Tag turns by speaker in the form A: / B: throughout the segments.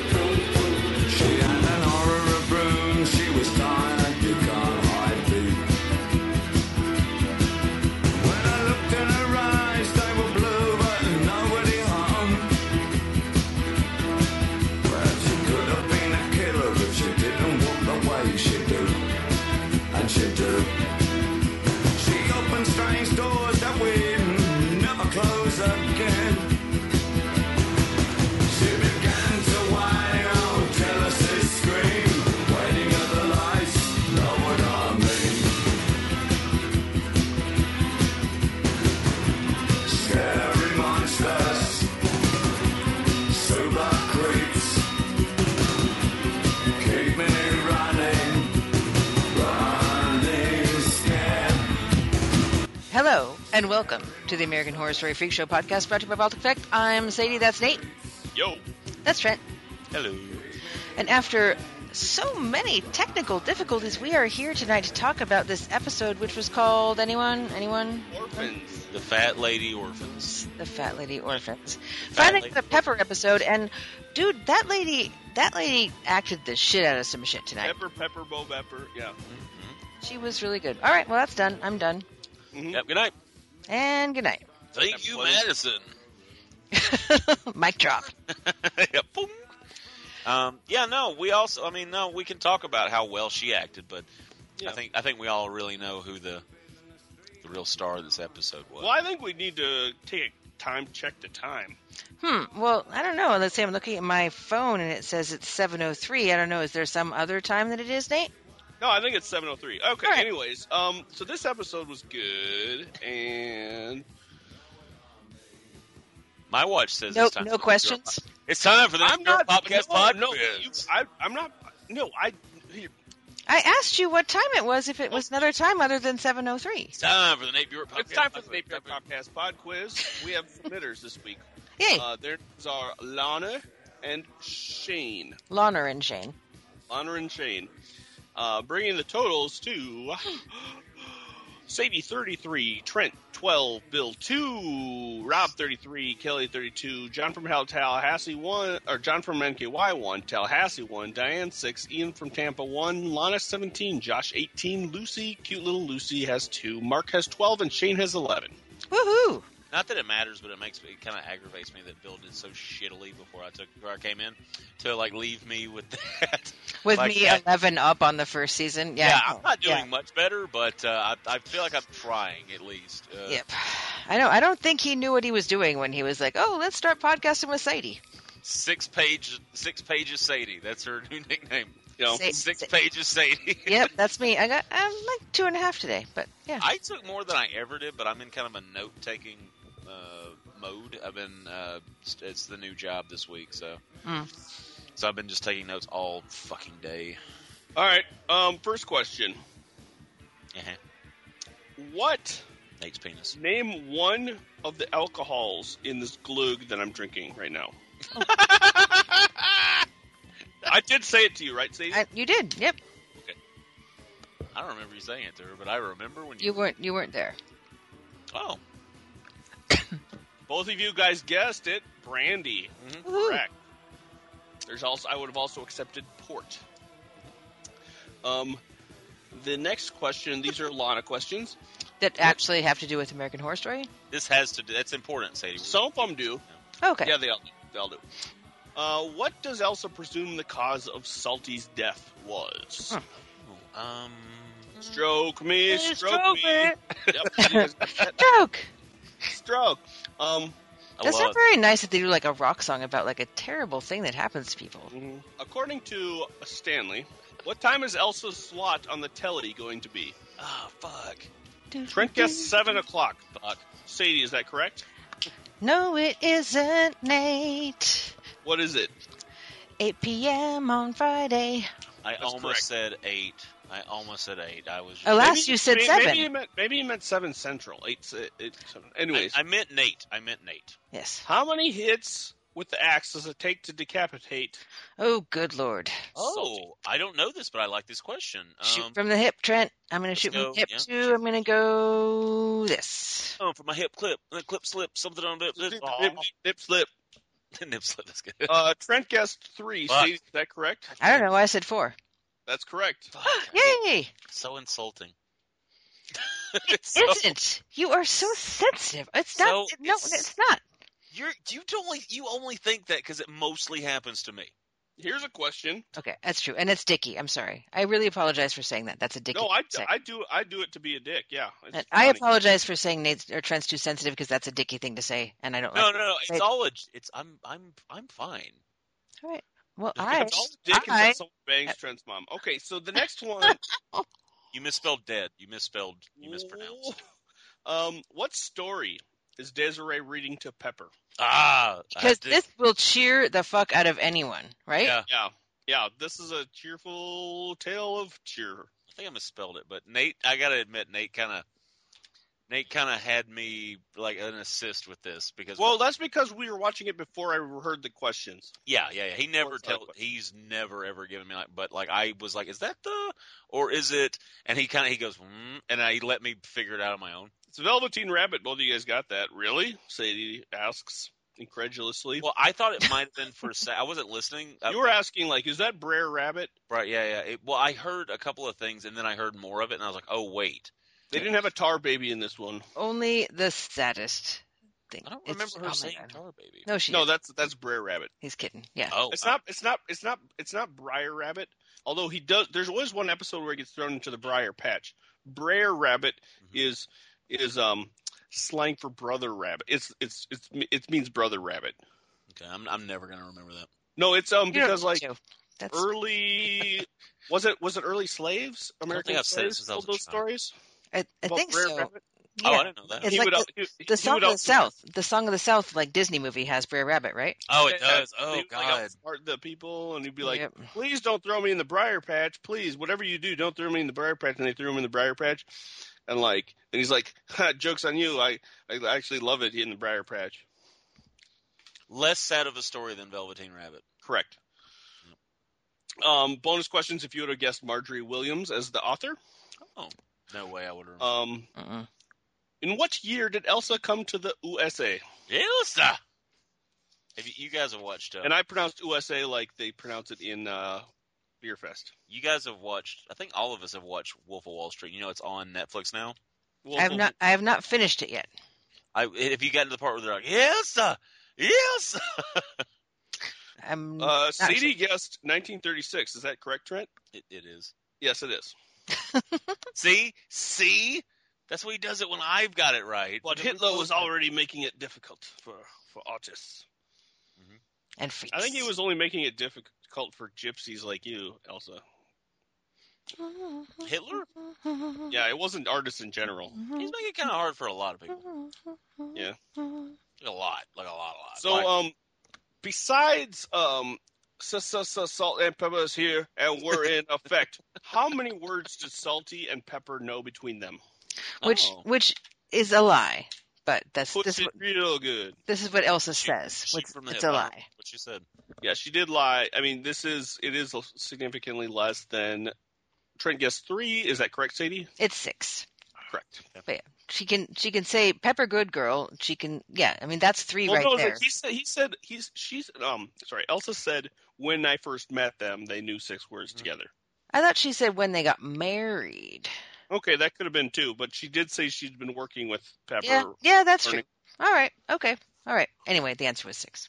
A: She had an aura of broom, she was tired, you can't hide deep. When I looked in her eyes, they were blue, but nobody harmed. Well, she could have been a killer if she didn't walk the way she do. And she do. She opened strange doors that we never close again. She began to whine, oh, jealousy scream. Waiting at the lights, know what I mean. Scary monsters, super creeps. Keep me running, running scared.
B: Hello and welcome to the American Horror Story Freak Show podcast brought to you by Baltic Effect. I'm Sadie, that's Nate,
C: Yo.
B: that's Trent.
C: Hello.
B: And after so many technical difficulties, we are here tonight to talk about this episode, which was called Anyone? Anyone?
C: Orphans. The fat lady orphans.
B: The Fat Lady Orphans.
C: Fat
B: Finally,
C: Lady
B: the Pepper episode, and dude, that lady. That lady acted the shit out of some shit tonight.
D: Pepper, pepper, bo pepper. Yeah.
B: She was really good. All right, well, that's done. I'm done.
D: Mm-hmm.
C: Yep, good night.
B: And good night.
C: Thank
D: That
C: you,
D: was-
C: Madison.
B: Mic drop.
C: Yeah, boom. Um, yeah, no, we also I mean no, we can talk about how well she acted, but
D: Yeah.
C: I think I think we all really know who the the real star of this episode was.
D: Well, I think we need to take a time check the time.
B: Hmm. Well, I don't know. Let's say I'm looking at my phone and it says it's 7:03. I don't know. Is there some other time that it is, Nate?
D: No, I think it's seven oh three. Okay.
B: All right.
D: Anyways, um, so this episode was good, and
C: My watch says
B: No,
C: it's time
B: no
C: for the
B: questions.
C: Girl Pop- It's time for the
D: I'm
C: Girl
D: not
C: podcast
D: no,
C: pod.
D: No, you, I, I'm not. No, I. Here,
B: I asked you what time it was. If it was another time other than 7:03.
C: it's time for the Nate Buick podcast.
D: it's time for the
C: Pod.
D: Napier Podcast Pod Quiz. We have submitters this week.
B: Yay,
D: Uh, their names are Lana and Shane.
B: Lana and Shane.
D: Lana and Shane, uh, bringing the totals to Sadie 33, Trent 12, Bill 2, Rob 33, Kelly 32, John from Hal Tallahassee 1, or John from NKY 1, Tallahassee 1, Diane 6, Ian from Tampa 1, Lana 17, Josh 18, Lucy, cute little Lucy has 2, Mark has 12, and Shane has 11.
B: Woohoo!
C: Not that it matters, but it makes me, it kind of aggravates me that Bill did so shittily before I took before I came in to like leave me with that.
B: With
C: Like
B: me
C: that.
B: 11 up on the first season. Yeah.
C: Yeah, I'm not doing
B: Yeah.
C: much better, but uh, I, I feel like I'm trying at least. Uh,
B: Yep. I know. I don't think he knew what he was doing when he was like, "Oh, let's start podcasting with Sadie."
C: Six page, six pages Sadie. That's her new nickname.
D: You know,
B: Sa-
C: Six
B: sa-
C: pages Sadie.
B: Yep, that's me. I got I'm like two and a half today, but yeah.
C: I took more than I ever did, but I'm in kind of a note taking uh, mode. I've been uh, it's- it's the new job this week, so
B: Mm.
C: so I've been just taking notes all fucking day.
D: all right, um, first question.
C: Uh-huh.
D: What
C: Nate's penis.
D: Name one of the alcohols in this glug that I'm drinking right now. I did say it to you, right, Sadie?
B: I, you did. Yep.
C: I don't remember you saying it to her, but I remember when you.
B: You weren't you weren't there.
C: Oh,
D: Both of you guys guessed it. Brandy.
B: Woohoo.
D: Correct. There's also I would have also accepted port. Um the next question, these are Lana questions.
B: that actually have to do with American Horror Story?
C: this has to. do That's important, Sadie.
D: Some of them do.
B: Okay.
D: Yeah, they all, they all do. Uh, what does Elsa presume the cause of Salty's death was?
B: Huh.
C: Um.
D: Stroke me,
B: Please
D: stroke,
B: stroke
D: me.
B: it.
D: Yep, you guys got that.
B: Joke.
D: stroke. Um, I
B: That's
D: love
B: not very nice that they do like a rock song about like a terrible thing that happens to people.
D: According to Stanley, what time is Elsa's slot on the telly going to be? Ah, fuck. Trent guessed 7 o'clock. Fuck. Sadie, is that correct?
B: No, it isn't, Nate.
D: What is it?
B: 8 p.m. on Friday.
C: I
D: That's
C: almost
D: correct.
C: said eight. I almost said eight. I was.
B: Oh, last
D: Maybe-
B: you said
D: may-
B: seven.
D: Maybe he meant, maybe he meant 7 Central. 8, se- eight seven.
C: I,
D: Anyways,
C: I meant Nate. I meant Nate.
B: Yes.
D: how many hits with the axe does it take to decapitate?
B: Oh, good lord.
D: Salty.
C: Oh, I don't know this, but I like this question.
B: shoot
C: Um,
B: from the hip, Trent. I'm going to
C: let's
B: shoot
C: go,
B: from the hip
C: yeah.
B: too. I'm going to go this.
C: oh, from my hip clip, and the clip slip, something on it.
D: Nip,
C: Oh,
D: nip, nip, slip.
C: nip slip. That's good.
D: Uh, Trent guessed 3.
C: Fuck.
D: Sadie, is that correct?
B: I don't know why I said four.
D: That's correct.
C: Fuck,
B: Yay!
C: so insulting.
B: Isn't you are so sensitive? It's not.
C: So
B: no,
C: it's-
B: it's, not.
C: You're you only you only think that because it mostly happens to me.
D: Here's a question.
B: Okay, that's true, and it's Dicky. I'm sorry. I really apologize for saying that. That's a Dicky.
D: No, I,
B: thing.
D: I do I do it to be a dick. Yeah, it's
B: And I
D: funny.
B: apologize for saying Nate's or Trent's too sensitive because that's a Dicky thing to say, and I don't
C: No,
B: like.
C: no, no. It's
B: Right.
C: all. A, it's I'm I'm I'm fine.
B: All right. Well, I.
D: That's all the dick until
B: I-
D: someone bangs Trent's mom. Okay, so the next one.
C: You misspelled dead. You misspelled. You mispronounced.
D: Um, what story is Desiree reading to Pepper?
C: Ah, I
B: Because
C: did-
B: this will cheer the fuck out of anyone, right?
C: Yeah.
D: Yeah, yeah. This is a cheerful tale of cheer.
C: I think I misspelled it, but Nate, I gotta admit, Nate kind of, Nate kind of had me like an assist with this because
D: Well, that's because we were watching it before I heard the questions.
C: yeah, yeah, yeah. he never
D: What's that
C: tell,
D: question?
C: he's never ever given me like, but like I was like, is that the or is it? And he kind of he goes, mm, and I, he let me figure it out on my own.
D: It's Velveteen Rabbit. Both of you guys got that, really? Sadie asks incredulously.
C: Well, I thought it might have been for a sec. I wasn't listening. I-
D: you were asking like, is that Brer Rabbit?
C: right? Yeah, yeah. It, well, I heard a couple of things, and then I heard more of it, and I was like, oh wait,
D: They didn't have a tar baby in this one.
B: Only the saddest thing.
C: I don't
B: It's-
C: remember
B: oh
C: her
B: my
C: saying
B: God.
C: Tar Baby.
B: No, she.
D: No, Um,
B: didn't.
D: that's that's Brer Rabbit.
B: He's kidding. Yeah.
C: Oh,
D: It's
C: uh,
D: not. It's not. It's not. It's not Briar Rabbit. Although he does. There's always one episode where he gets thrown into the Briar Patch. Briar Rabbit
C: Mm-hmm.
D: is is um slang for brother rabbit. It's it's it's it means brother rabbit.
C: Okay, I'm, I'm never gonna remember that.
D: No, it's um
B: You don't
D: because
B: need
D: like
B: to. that's
D: early was it was it early slaves American
C: think I've said it
D: slaves
C: since I was
D: told
C: a
D: those
C: child.
D: stories
B: I, I
D: about
B: think
D: Brer
B: so.
D: Rabbit.
B: Yeah.
C: Oh, I didn't know that.
B: It's
D: He
B: like
D: would
B: the-
D: al- he- he
B: the
D: would
B: song of the
D: also-
B: South, the song of the South, like Disney movie has Brer Rabbit, right?
C: Oh, it
D: Yeah,
C: does. Oh
D: he would, like,
C: God.
D: outsmart the people, and he'd be like,
B: Yep.
D: "Please don't throw me in the briar patch. Please, whatever you do, don't throw me in the briar patch." And they threw him in the briar patch, and like, and he's like, ha, "Jokes on you. I, I actually love it in the briar patch."
C: less sad of a story than Velveteen Rabbit.
D: Correct. Um, bonus questions: If you would have guessed Marjorie Williams as the author,
C: No way I would remember.
D: um,
B: Mm-mm.
D: in what year did Elsa come to the USA?
C: Elsa. Have you, you guys have watched? Uh,
D: And I pronounced USA like they pronounce it in uh, Beerfest.
C: you guys have watched. I think all of us have watched Wolf of Wall Street. You know, it's on Netflix now.
D: Well,
B: I have not, I have not finished it yet.
C: I if you got to the part where they're like Elsa, Elsa.
B: I'm
D: Uh,
B: not
D: CD guessed 1936. Is that correct, Trent?
C: It, it is.
D: Yes, it is.
C: See, see, that's what he does it when I've got it right.
D: But Hitler was already making it difficult for, for artists.
B: and freaks.
D: I think he was only making it difficult for gypsies like you, Elsa.
C: Hitler.
D: Yeah, it wasn't artists in general.
C: He's making it kind of hard for a lot of people.
D: Yeah.
C: A lot, like a lot, a lot.
D: So,
C: Like,
D: um, besides um, s- s- s- salt and pepper is here and we're in effect, how many words does salty and pepper know between them?
B: which
C: oh.
B: which is a lie, but that's
D: Puts
B: this.
D: it
B: what-
D: real good.
B: This is what Elsa
C: Shoot-
B: says.
C: shoot
B: What's-
C: from the
B: it's
C: hip,
B: a
C: I don't know
B: lie.
C: What you said.
D: Yeah, she did lie. I mean, this is it is significantly less than Trent guessed three. Is that correct, Sadie?
B: It's six.
D: Correct.
B: But yeah, she can she can say Pepper Good Girl. She can yeah. I mean that's three
D: Well,
B: right
D: no, it's
B: there.
D: like he said he said he's she's um sorry Elsa said when I first met them they knew six words together.
B: I thought she said when they got married.
D: Okay, that could have been two, but she did say she'd been working with Pepper.
B: Yeah, yeah, that's
D: learning-
B: true. All right, okay, all right. Anyway, the answer was six.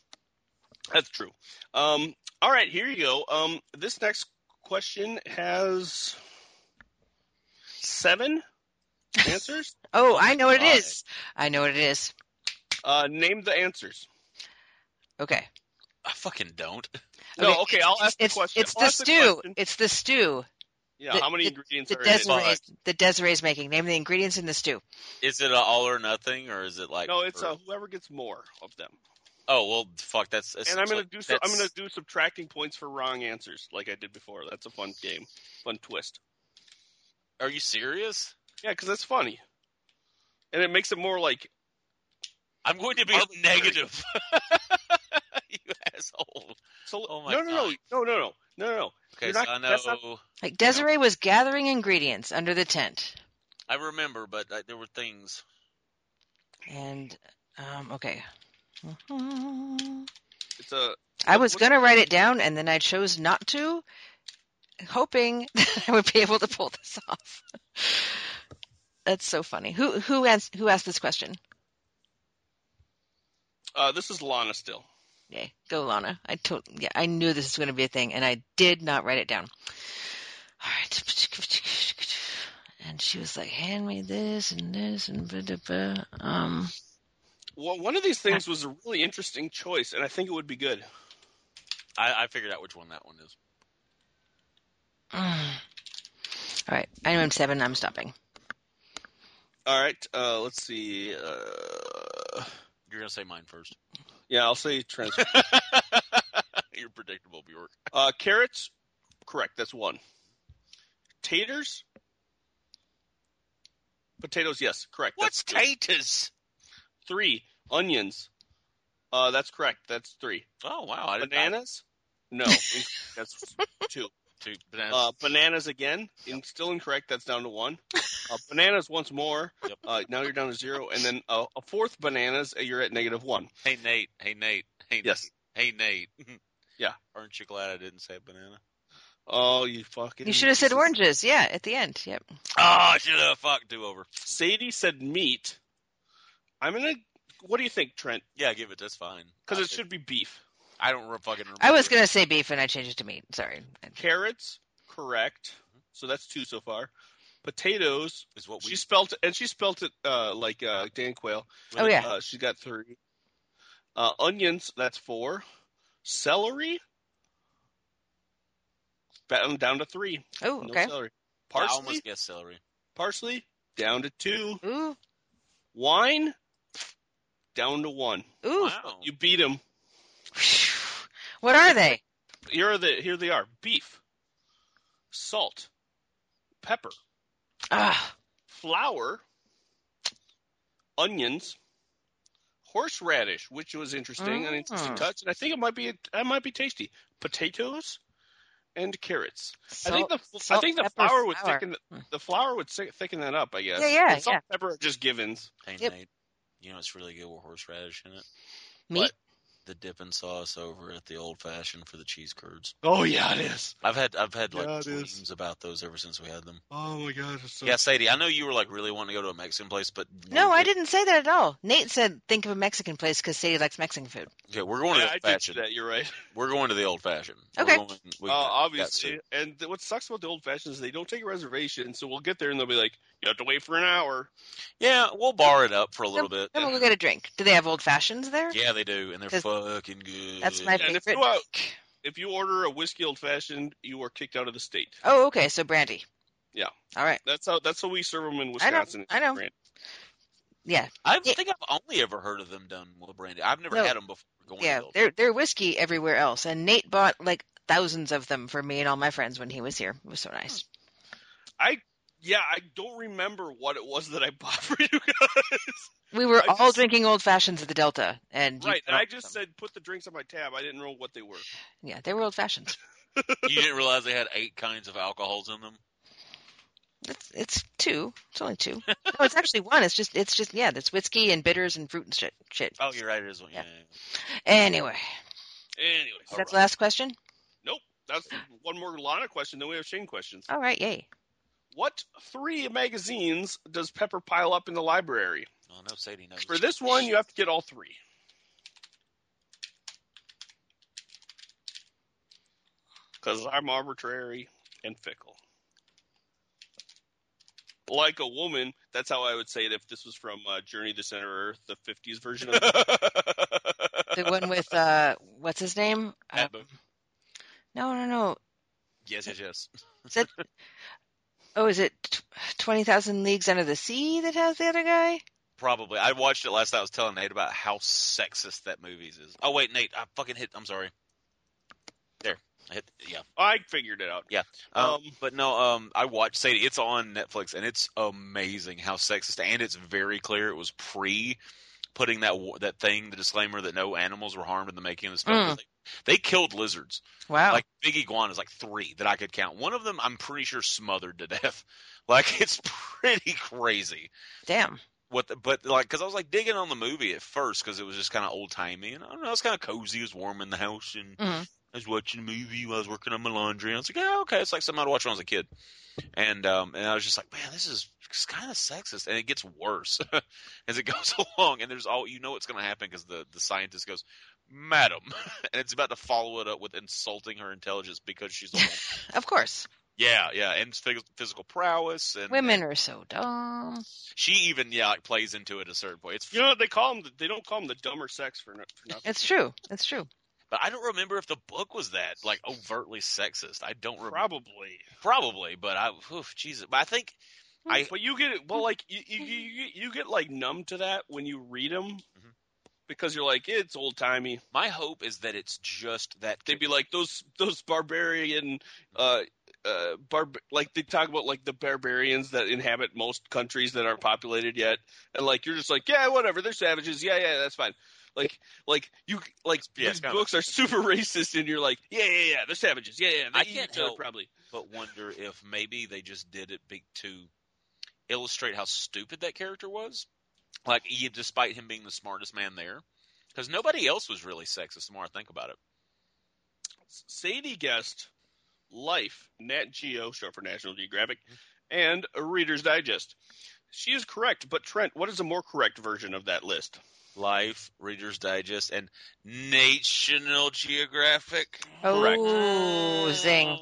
D: That's true. Um, all right, here you go. Um, this next question has seven answers.
B: Oh, I know what it
C: God.
B: is. I know what it is.
D: Uh, name the answers.
B: Okay.
C: I fucking don't.
D: No, okay, I'll ask the
B: it's,
D: question.
B: It's
D: I'll
B: the
D: ask the
B: stew.
D: question.
B: it's the stew.
D: Yeah,
B: The-
D: how many
B: the-
D: ingredients
B: The
D: are in it?
B: Desiree's, the Desiree's making. Name the ingredients in the stew.
C: Is it a all or nothing, or is it like?
D: No, it's
C: or-
D: uh, whoever gets more of them.
C: Oh well, fuck. That's. that's-
D: and I'm gonna
C: like-
D: do so, I'm
C: that's-
D: gonna do subtracting points for wrong answers, like I did before. That's a fun game, fun twist.
C: Are you serious?
D: Yeah, because that's funny, and it makes it more like
C: I'm going to be
D: Arbitrary.
C: negative. you asshole.
D: so.
C: Oh my
D: no, no,
C: God.
D: no, no, no, no, no, no.
C: Okay,
D: You're not-
C: so I
D: that's not-
C: know.
B: Like Desiree was gathering ingredients under the tent,
C: I remember, but uh, there were things.
B: and um, okay. Mhm.
D: It's a
B: I was
D: What-
B: gonna write it down, and then I chose not to, hoping that I would be able to pull this off. That's so funny. Who who asked who asked this question?
D: uh, this is Lana still.
B: Yay, go Lana. I told, yeah, I knew this was going to be a thing, and I did not write it down. All right, and she was like, "Hand me this and this and blah, blah, blah. um."
D: Well, one of these things was a really interesting choice, and I think it would be good.
C: I, I figured out which one that one is.
B: mm. All right, I'm in seven. I'm stopping.
D: All right, uh, let's see. Uh,
C: You're gonna say mine first.
D: yeah, I'll say trans.
C: You're predictable, Bjork.
D: uh, carrots, correct. That's one. Taters, potatoes. Yes, correct.
C: What's
D: that's two.
C: taters?
D: Three onions. Uh, that's correct. That's three.
C: Oh wow, I didn't I-
D: Bananas? No, inc- that's two.
C: two bananas.
D: Uh, bananas again. In, still incorrect. That's down to one. Uh, bananas once more.
C: Yep.
D: Uh, now you're down to zero, and then uh, a fourth bananas. uh, You're at negative one.
C: Hey Nate. Hey Nate. Hey
D: Yes. Mm-hmm.
C: Nate. Hey Nate.
D: Yeah.
C: Aren't you glad I didn't say banana?
D: Oh, you fucking.
B: You should have said oranges. Yeah, at the end. Yep.
C: Oh,
D: Ah,
C: I should have fucked do over.
D: Sadie said meat. I'm gonna. What do you think, Trent?
C: Yeah, give it. That's fine.
D: Because
C: I
D: it
C: did-
D: should be beef.
C: I don't re- fucking. Remember
B: I was gonna say beef, and I changed it to meat. Sorry.
D: Carrots, correct. So that's two so far. Potatoes.
C: Is what Mm-hmm. we.
D: She spelt it, and she spelt it uh, like uh, Dan Quayle.
B: Oh yeah.
D: Uh, she's got three. Uh, onions, that's four. Celery, ba- I'm down to three.
B: Oh
D: No
B: okay.
D: celery.
C: I
D: Parsley,
C: almost guessed celery.
D: parsley, down to two.
B: Ooh
D: Wine, down to one.
B: ooh.
C: Wow.
D: You beat them.
B: What are they?
D: Here are the here they are: beef, salt, pepper,
B: Ah.
D: flour, onions, horseradish, which was interesting, an interesting
B: Mm.
D: touch, and I think it might be it might be tasty. Potatoes and carrots. I
B: Salt-
D: think the I
B: salt,
D: think the
B: pepper,
D: flour would
B: flour.
D: thicken
B: Hmm.
D: the flour would si- thicken that up. I guess.
B: Yeah, yeah,
D: And salt, pepper are just givens.
C: Hey
B: Yep.
C: Nate. You know it's really good with horseradish in it.
B: meat.
C: The dipping sauce over at the old fashioned for the cheese curds.
D: Oh yeah, it is.
C: I've had I've had like
D: Yeah, it is.
C: dreams about those ever since we had them.
D: Oh my god, it's so
C: Yeah, Sadie, I know you were like really wanting to go to a Mexican place, but
B: No, I didn't say that at all. Nate said, "Think of a Mexican place because Sadie likes Mexican food."
C: Okay, we're going to
D: Yeah,
C: the
D: I
C: old
D: did see
C: fashioned.
D: that. You're right.
C: We're going to the old fashioned.
B: Okay.
C: Going, we
D: Uh,
C: got-
D: obviously,
C: got
D: and th- what sucks about the old fashions is they don't take a reservation, so we'll get there and they'll be like, "You have to wait for an hour."
C: soup. yeah, we'll bar it up for a little bit.
B: Then we'll get a drink. Do they have old fashions there?
C: Yeah, they do, and they're
B: Does-
C: fucking good.
B: That's my
D: And
B: favorite.
D: if you out- if you order a whiskey old fashioned, you are kicked out of the state.
B: Oh, okay. So brandy.
D: Yeah.
B: All right.
D: That's how that's how we serve them in
B: I know,
D: Wisconsin.
B: I know.
D: Grant.
B: Yeah.
C: I
B: Yeah.
C: think I've only ever heard of them done with brandy. I've never
B: No.
C: had them before. Going
B: Yeah.
C: to the old
B: They're they're whiskey everywhere else, and Nate bought like thousands of them for me and all my friends when he was here. It was
C: Hmm.
B: so nice.
D: Yeah, I don't remember what it was that I bought for you guys.
B: We were
D: I
B: all
D: just-
B: drinking old fashions at the Delta, and you
D: right,
B: bought
D: and I
B: all
D: just
B: of them.
D: said put the drinks on my tab. I didn't know what they were.
B: yeah, they were old fashions.
C: you didn't realize they had eight kinds of alcohols in them.
B: It's it's two. It's only two. No, it's actually one. It's just it's just yeah. That's whiskey and bitters and fruit and shit. Shit.
C: Oh, you're right. It is one. Yeah.
B: Yeah.
C: yeah, yeah.
B: Anyway,
D: Anyways,
B: is that the last question?
D: nope. That's one more Lana question. Then we have Shane questions.
B: All right. Yay.
D: What three magazines does Pepper pile up in the library?
C: Oh no, Sadie knows.
D: For this one, you have to get all three. Because I'm arbitrary and fickle. like a woman. That's how I would say it if this was from uh, Journey to Center Earth, the 50s version of it.
B: The one with uh, what's his name? Uh,
D: Abba.
B: no, no, no.
C: Yes, yes, yes.
B: Is it? oh, is it t- Twenty Thousand Leagues Under the Sea that has the other guy?
C: Probably. I watched it last night. I was telling Nate about how sexist that movie is. Oh wait, Nate, I fucking hit. I'm sorry. There, I hit. Yeah.
D: I figured it out.
C: Um,
D: Um,
C: but no, um, I watched Sadie. It's on Netflix, and it's amazing how sexist, and it's very clear it was pre putting that wa- that thing, the disclaimer that no animals were harmed in the making of this film.
B: Mm.
C: They, they killed lizards,
B: Wow.
C: like big iguanas, like three that I could count. One of them, I'm pretty sure, smothered to death. Like it's pretty crazy
B: Damn.
C: what the, but like because i was like digging on the movie at first because it was just kind of old timey and i don't know it's kind of cozy it was warm in the house and
B: Mhm.
C: i was watching a movie while i was working on my laundry and i was like yeah okay it's like something i'd watch when i was a kid and um and i was just like man this is kind of sexist and it gets worse as it goes along and there's all you know what's going to happen because the the scientist goes madam and it's about to follow it up with insulting her intelligence because she's a woman
B: Of course,
C: yeah yeah and phys- physical prowess and
B: women are so dumb.
C: she even yeah like, plays into it at a certain point it's
D: You know, they call them. The, they don't call them the dumber sex for, no, for nothing.
B: It's true. It's true.
C: But I don't remember if the book was that like overtly sexist. I don't remember.
D: Probably.
C: Probably, but I oof, Jesus. But I think I
D: But you get it. Well, like you, you, you, you get like numb to that when you read them, because you're like it's old timey.
C: my hope is that it's just that
D: They'd be like those those barbarian, uh, uh, barb like they talk about like the barbarians that inhabit most countries that aren't populated yet, and like you're just like yeah whatever they're savages yeah yeah that's fine. Like, like you, like
C: Yeah, it's
D: these
C: kinda-
D: books are super racist, and you're like, yeah, yeah, yeah, they're savages, yeah, yeah. They
C: I
D: eat
C: can't
D: each other
C: help-
D: probably.
C: but wonder if maybe they just did it be, to illustrate how stupid that character was. Like he, despite him being the smartest man there, because nobody else was really sexist. The more I think about it,
D: Sadie guest, Life, Nat Geo, short for National Geographic, and a Reader's Digest. She is correct, but Trent, what is a more correct version of that list?
C: Life, Reader's Digest, and National Geographic.
D: Correct.
B: Oh, zing.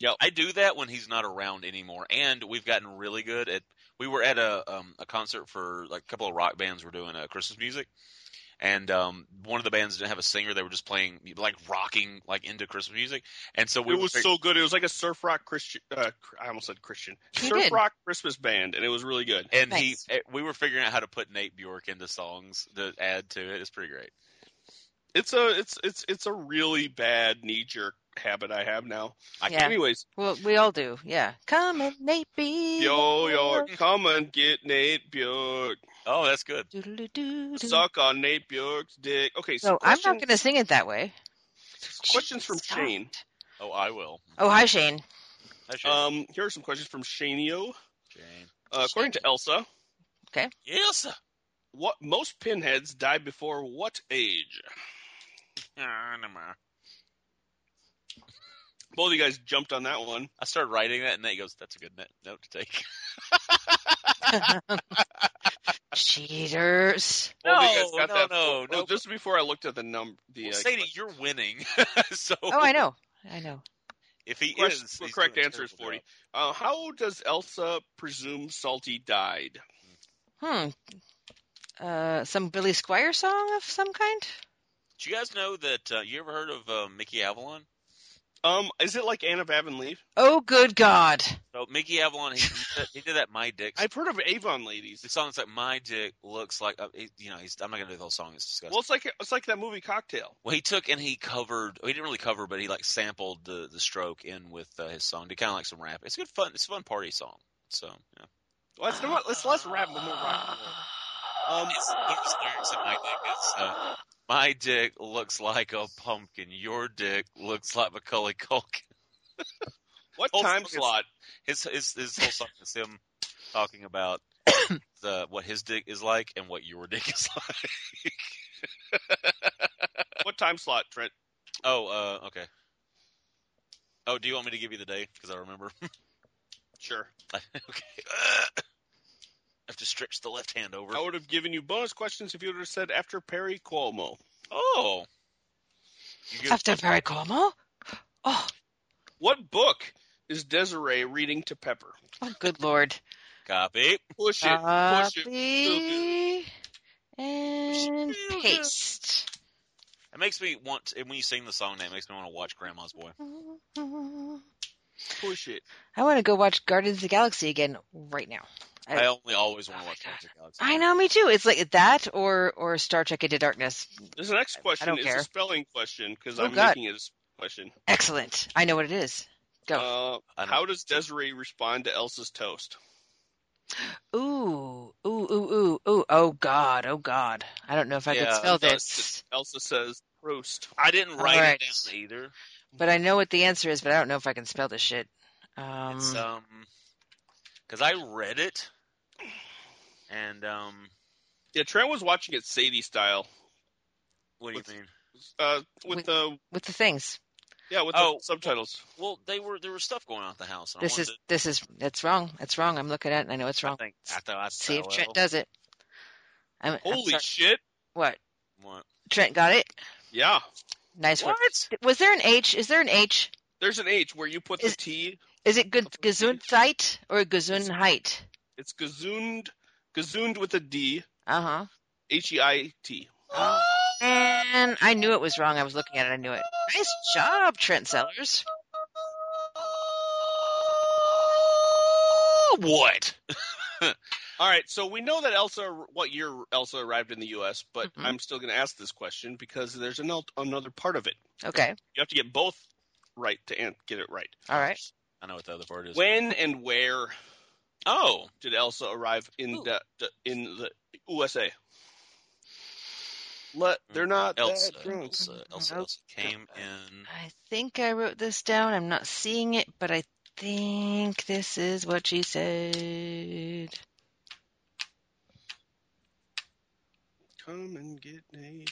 D: Yep.
C: I do that when he's not around anymore, and we've gotten really good at. We were at a um, a concert for like a couple of rock bands were doing uh, Christmas music, and um, one of the bands didn't have a singer. They were just playing like rocking like into Christmas music, and so we
D: it was
C: were,
D: so good. It was like a surf rock Christian. Uh, cr- I almost said Christian.
B: You
D: surf
B: did.
D: rock Christmas band, and it was really good.
C: and
B: Nice.
C: he eh, we were figuring out how to put Nate Bjork into songs to add to it. It's pretty great.
D: It's a it's it's it's a really bad knee jerk habit I have now.
C: I
B: Yeah.
D: Anyways,
B: Well, we all do. Yeah. Come and Nate B.
D: yo yo, come and get Nate Bjork.
C: Oh, that's good.
B: So
D: Suck on Nate Bjork's dick. Okay, so
B: Mm-hmm. no, I'm
D: question-
B: not going to sing it that way.
D: questions from
B: Stop.
D: Shane.
C: Oh, I will.
B: Oh, hi Shane.
C: That's Shane.
D: Um, here are some questions from Shaneo.
C: Shane.
D: Uh, according to Elsa,
C: Yes. sir.
D: what most pinheads die before what age?
C: Ah, never mind.
D: Both of you guys jumped on that one.
C: I started writing that, and Nate goes, "That's a good net- note to take."
B: Cheaters.
D: Both of you guys
C: No,
D: got
C: no,
D: that
C: no,
D: well,
C: no.
D: Just before I looked at the number, the
C: Well,
D: uh,
C: Sadie, you're winning. so
B: Oh, I know. I know.
C: if he
D: Correct-
C: is,
D: the
C: he's
D: correct
C: doing a
D: answer is
C: terrible
D: 40. Uh, how does Elsa presume Salty died?
B: Hmm. Uh, some Billy Squire song of some kind.
C: job. Do you guys know that? Uh, you ever heard of uh, Mickey Avalon?
D: Um, is it like Anna Avonlea?
B: Oh, good God!
C: So Mickey Avalon, he, he, did, he did that. My dick.
D: I've heard of Avon Ladies.
C: the song's like my dick looks like. Uh, it- you know, he's, I'm not gonna do the whole song. It's disgusting.
D: Well, it's like it's like that movie Cocktail.
C: Well, he took and he covered. Well, he didn't really cover, but he like sampled the the stroke in with uh, his song. Did kind of like some rap. It's a good fun. It's a fun party song. So yeah.
D: Well, let's, you know what, let's less rap and more rock and roll.
C: um, it's, there's lyrics in my dick. It's, uh, my dick looks like a pumpkin. Your dick looks like Macaulay Culkin.
D: What
C: Whole
D: time
C: song is-
D: slot?
C: his his his whole song is him talking about the what his dick is like and what your dick is like.
D: What time slot, Trent?
C: Oh, uh, okay. Oh, do you want me to give you the day? Because I remember.
D: Sure.
C: okay. I have to stretch the left hand over.
D: I would have given you bonus questions if you would have said after Perry Cuomo.
C: Oh. You give-
B: After Barry Como. Oh,
D: What book is Desiree reading to Pepper?
B: oh, good Lord.
C: Copy.
D: Push it.
B: uh.
D: Push it. feel good.
B: Copy and
D: Feel good.
B: paste.
C: It makes me want. To, when you sing the song, that makes me want to watch Grandma's Boy.
B: I
D: Push it.
B: want to go watch Guardians of the Galaxy again right now.
C: I
B: I,
C: only always want
B: Oh
C: to
B: my
C: watch Guardians of the Galaxy.
B: I know, me too. It's like that or or Star Trek Into Darkness.
D: This next question
B: don't
D: is
B: care.
D: a spelling question because
B: Oh,
D: I'm
B: God.
D: making it a s- question.
B: Excellent. I know what it is. Go.
D: Uh,
C: I don't-
D: how does Desiree respond to Elsa's toast?
B: ooh, ooh, ooh, ooh, ooh. Oh God. Oh God. I don't know if I
C: Yeah,
B: could spell
D: it does.
B: this,
D: Elsa says, "Prost."
C: I didn't
B: All
C: write
B: right.
C: it down either.
B: but I know what the answer is. But I don't know if I can spell this shit. Um,
C: It's um, because I read it, and um,
D: Yeah, Trent was watching it Sadie style
C: what do you
D: What's-
C: mean?
D: uh, with
B: With-
D: the
B: with the things.
D: yeah with
C: Oh.
D: the subtitles.
C: Well, they were there was stuff going on at the house. And
B: This
C: I
B: is
C: wanted
B: this is that's wrong. That's wrong. I'm looking at it. and I know it's
C: to, I
B: wrong.
C: think I thought I
B: See if
C: said,
B: Trent
C: well,
B: does it. I'm, I'm
D: Holy
B: sorry.
D: shit!
B: What?
C: What?
B: Trent got it.
D: Yeah,
B: Nice work.
C: What?
B: Was there an H? Is there an H?
D: there's an H where you put
B: Is-
D: the T.
B: Is it good
D: Uppercase.
B: Gesundheit or Gesundheit?
D: It's gazund, gazund with a D,
B: Uh huh.
D: H E I T.
B: And I knew it was wrong. I was looking at it. I knew it. Nice job, Trent Sellers.
C: Oh, what?
D: All right, so we know that Elsa, what year Elsa arrived in the U.S., but
B: Mhm.
D: I'm still going to ask this question because there's an, another part of it.
B: Okay.
D: You have to get both right to an- get it right.
B: All right.
C: I know what the other part is.
D: When and where
C: Oh,
D: did Elsa arrive in
B: Ooh.
D: the, the in the USA? Let they're not
C: Mm. Elsa,
D: that drunk.
C: Elsa, Elsa, Elsa came in.
B: I think I wrote this down. I'm not seeing it, but I think this is what she said.
D: Come and get naked.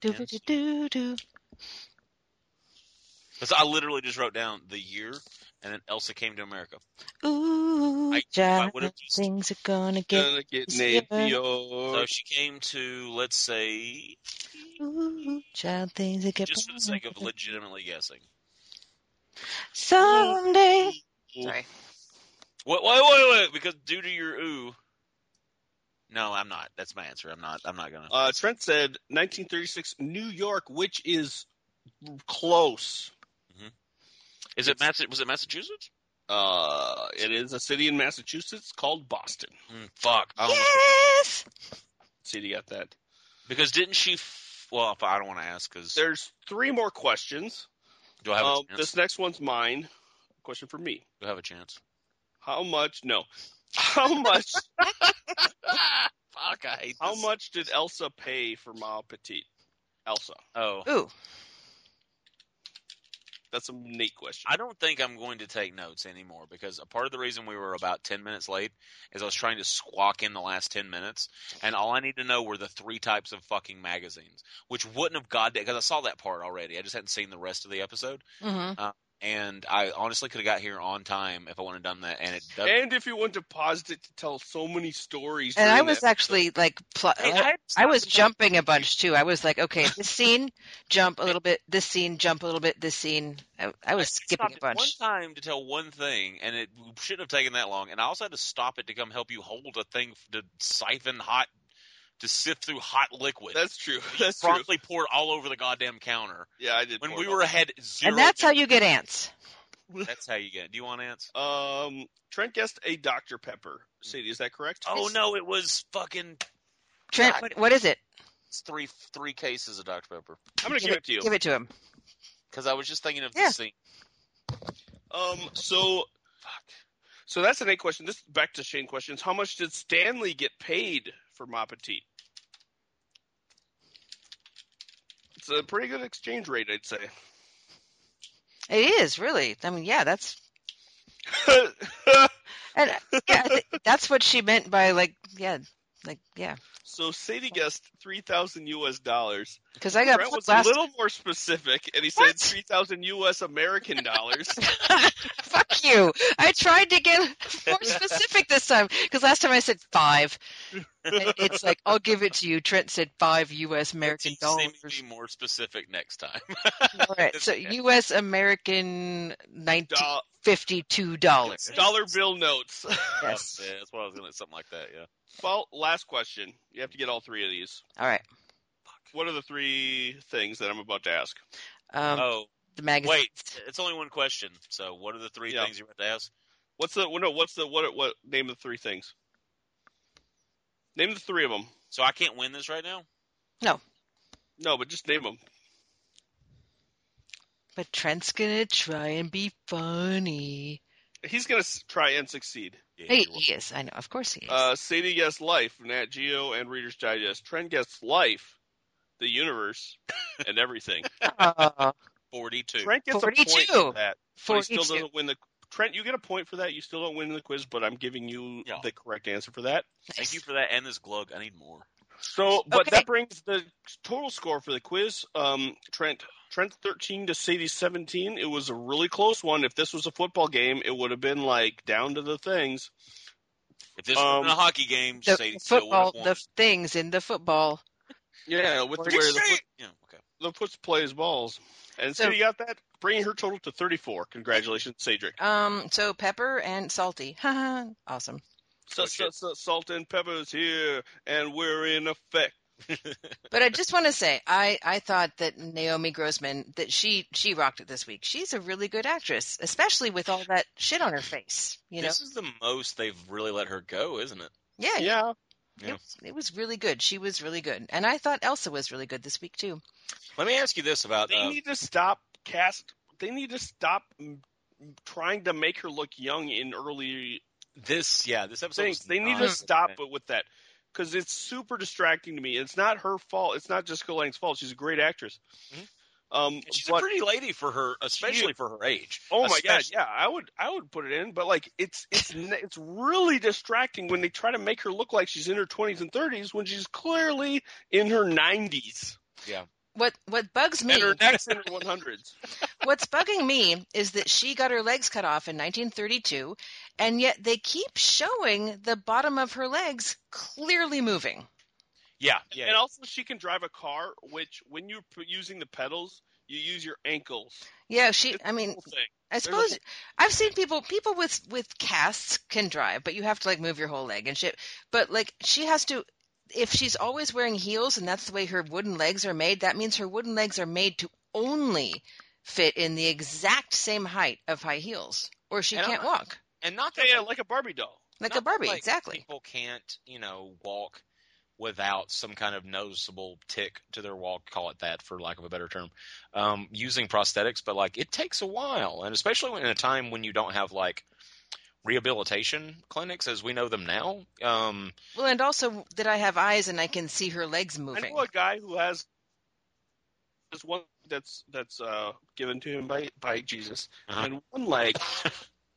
B: Do do do do.
C: Because I literally just wrote down the year, and then Elsa came to America.
B: Ooh,
C: I- if I
B: John,
C: would've just-
B: things are gonna get.
D: Gonna get
B: Yeah.
D: naked.
C: So she came to, let's say,
B: Ooh, John, things are getting.
C: just for the sake of legitimately guessing.
B: Someday. Sorry.
C: Wait, wait, wait, wait! Because due to your ooh, no, I'm not. That's my answer. I'm not. I'm not gonna.
D: Uh, Trent said 1936 New York, which is close.
C: Is it Massa- Was it Massachusetts?
D: Uh, it is a city in Massachusetts called Boston.
C: Mm, fuck. I almost-
B: Yes.
D: City got that.
C: Because didn't she? F- well, I don't want to ask because
D: There's three more questions.
C: do I have
D: Um,
C: a chance?
D: this next one's mine. Question for me.
C: Do I have a chance?
D: How much? No. How much?
C: Ah, Fuck! I hate
D: how
C: this.
D: much did Elsa pay for Ma Petite? Elsa.
C: Oh,
B: Ooh.
D: That's a neat question.
C: I don't think I'm going to take notes anymore because a part of the reason we were about 10 minutes late is I was trying to squawk in the last 10 minutes, and all I need to know were the three types of fucking magazines, which wouldn't have goddamn because I saw that part already. I just hadn't seen the rest of the episode,
B: Mm-hmm.
C: and I honestly could have got here on time if I would have done that. And it does.
D: and if you wouldn't have paused it to tell so many stories.
B: And I
D: during
B: was
D: that-
B: actually like, pl-
C: Hey,
B: I,
C: had
B: I was
C: stopped and-
B: jumping a bunch too. I was like, okay, this scene, jump a little bit. This scene, jump a little bit. This scene. I, I was skipping
C: stopped
B: a
C: it
B: bunch.
C: One time to tell one thing, and it shouldn't have taken that long. And I also had to stop it to come help you hold a thing f- to siphon hot, to sift through hot liquid.
D: That's true. That's true.
C: promptly poured all over the goddamn counter
D: Yeah, I did.
C: when
D: pour
C: we
D: it
C: were
D: all.
C: ahead zero.
B: And that's how you get ants.
C: that's how you get. It. Do you want ants?
D: Um, Trent guessed a Dr. Pepper. Sadie, is that correct?
C: Oh no, it was fucking
B: Trent,
C: God.
B: what, what is it?
C: it's three three cases of Dr Pepper
D: I'm going to give it to you.
B: Give it to him.
C: because I was just thinking of
B: Yeah.
C: the scene.
D: Um, so, fuck. So that's an eight question. This back to Shane questions. How much did Stanley get paid for Ma Petite? It's a pretty good exchange rate, I'd say.
B: It is really. I mean, yeah, that's and uh, yeah, I thi- that's what she meant by like, yeah, like yeah.
D: so Sadie guessed three thousand U.S. dollars.
B: Because I got
D: Brent was
B: pulled last.
D: a little more specific, and he
B: What?
D: said three thousand U.S. American dollars.
B: Fuck you! I tried to get more specific this time because last time I said five. And it's like, I'll give it to you. Trent said five U.S. American
C: Teach them
B: dollars.
C: to be more specific next time.
B: All right, so U.S. American nineteen
D: Do-
B: fifty-two dollars.
D: dollar bill notes.
B: Yes.
C: yeah, that's what I was gonna something like that. Yeah.
D: well, last question. You have to get all three of these.
B: All right.
D: What are the three things that I'm about to ask?
B: Um,
C: oh
B: the magazine.
C: wait, it's only one question. So what are the three
D: Yeah.
C: things you have to ask?
D: What's the well, no? What's the what? What name of the three things? Name the three of them.
C: So I can't win this right now.
D: No, but just name them.
B: But Trent's gonna try and be funny.
D: He's gonna s- try and succeed.
C: Yeah,
B: Hey,
C: you're welcome.
B: he is. I know. Of course he is.
D: Uh, Sadie guessed life, Nat Geo, and Reader's Digest. Trend guessed life, the universe, and everything.
C: oh,
B: Uh,
C: Forty-two.
D: Trent gets a point
B: 42.
D: for that. But he still
B: 42.
D: doesn't win the. Trent, you get a point for that. You still don't win the quiz, but I'm giving you
C: Yeah.
D: the correct answer for that.
C: Thank you for that and this glug. I need more.
D: So, but
B: Okay.
D: that brings the total score for the quiz. Um, Trent, Trent thirteen to Sadie seventeen. It was a really close one. If this was a football game, it would have been like down to the things.
C: If this
D: Um,
C: was a hockey game,
B: The
C: Sadie still would
B: football,
C: have won.
B: the things in the football.
D: Yeah, with the,
B: Dixie!
D: where the, foot,
C: yeah, okay.
D: the foot plays balls, and
B: So-
D: Sadie got that, bringing her total to thirty four. Congratulations, Cedric.
B: Um, so pepper and salty. Haha. awesome.
D: So,
C: Oh,
D: so,
C: shit.
D: so, salt and pepper is here, and we're in effect.
B: But I just want to say, I I thought that Naomi Grossman that she she rocked it this week. She's a really good actress, especially with all that shit on her face. You know,
C: This is the most they've really let her go, isn't it?
B: yeah,
D: Yeah,
C: Yeah.
B: it was really good. She was really good, and I thought Elsa was really good this week too.
C: Let me ask you this about
D: they
C: uh,
D: need to stop cast. They need to stop mm, trying to make her look young in early
C: this. Yeah, this episode.
D: things.
C: was
D: They need to
C: nonsense.
D: stop it with that because it's super distracting to me. It's not her fault. It's not Jessica Lang's fault. She's a great actress.
C: Mhm.
D: Um,
C: And she's
D: but-
C: a pretty lady for her, especially for her age.
D: oh my god,
C: Especially-
D: yeah, I would I would put it in, but like it's it's n- it's really distracting when they try to make her look like she's in her twenties and thirties when she's clearly in her nineties
B: What what bugs me?
D: and her neck's in her one hundreds.
B: What's bugging me is that she got her legs cut off in 1932, and yet they keep showing the bottom of her legs clearly moving.
C: yeah, yeah.
D: And also, she can drive a car, which when you're p- using the pedals, you use your ankles.
B: Yeah, she. I
D: Cool
B: mean,
D: thing.
B: I
D: a
B: suppose I've seen people people with with casts can drive, but you have to like move your whole leg and shit. But like she has to. If she's always wearing heels and that's the way her wooden legs are made, that means her wooden legs are made to only fit in the exact same height of high heels, or she
C: And I'm
B: can't
C: not-
B: walk
C: and not
D: Yeah,
C: that
D: yeah, like a Barbie doll.
B: like
C: not
B: a
C: that,
B: Barbie.
C: like,
B: exactly.
C: People can't, you know, walk without some kind of noticeable tick to their walk. Call it that, for lack of a better term, um, using prosthetics. But like, it takes a while, and especially when, in a time when you don't have like rehabilitation clinics as we know them now. Um,
B: Well, and also that I have eyes and I can see her legs moving.
D: I know a guy who has this one that's that's uh, given to him by by Jesus,
C: Uh-huh.
D: and one leg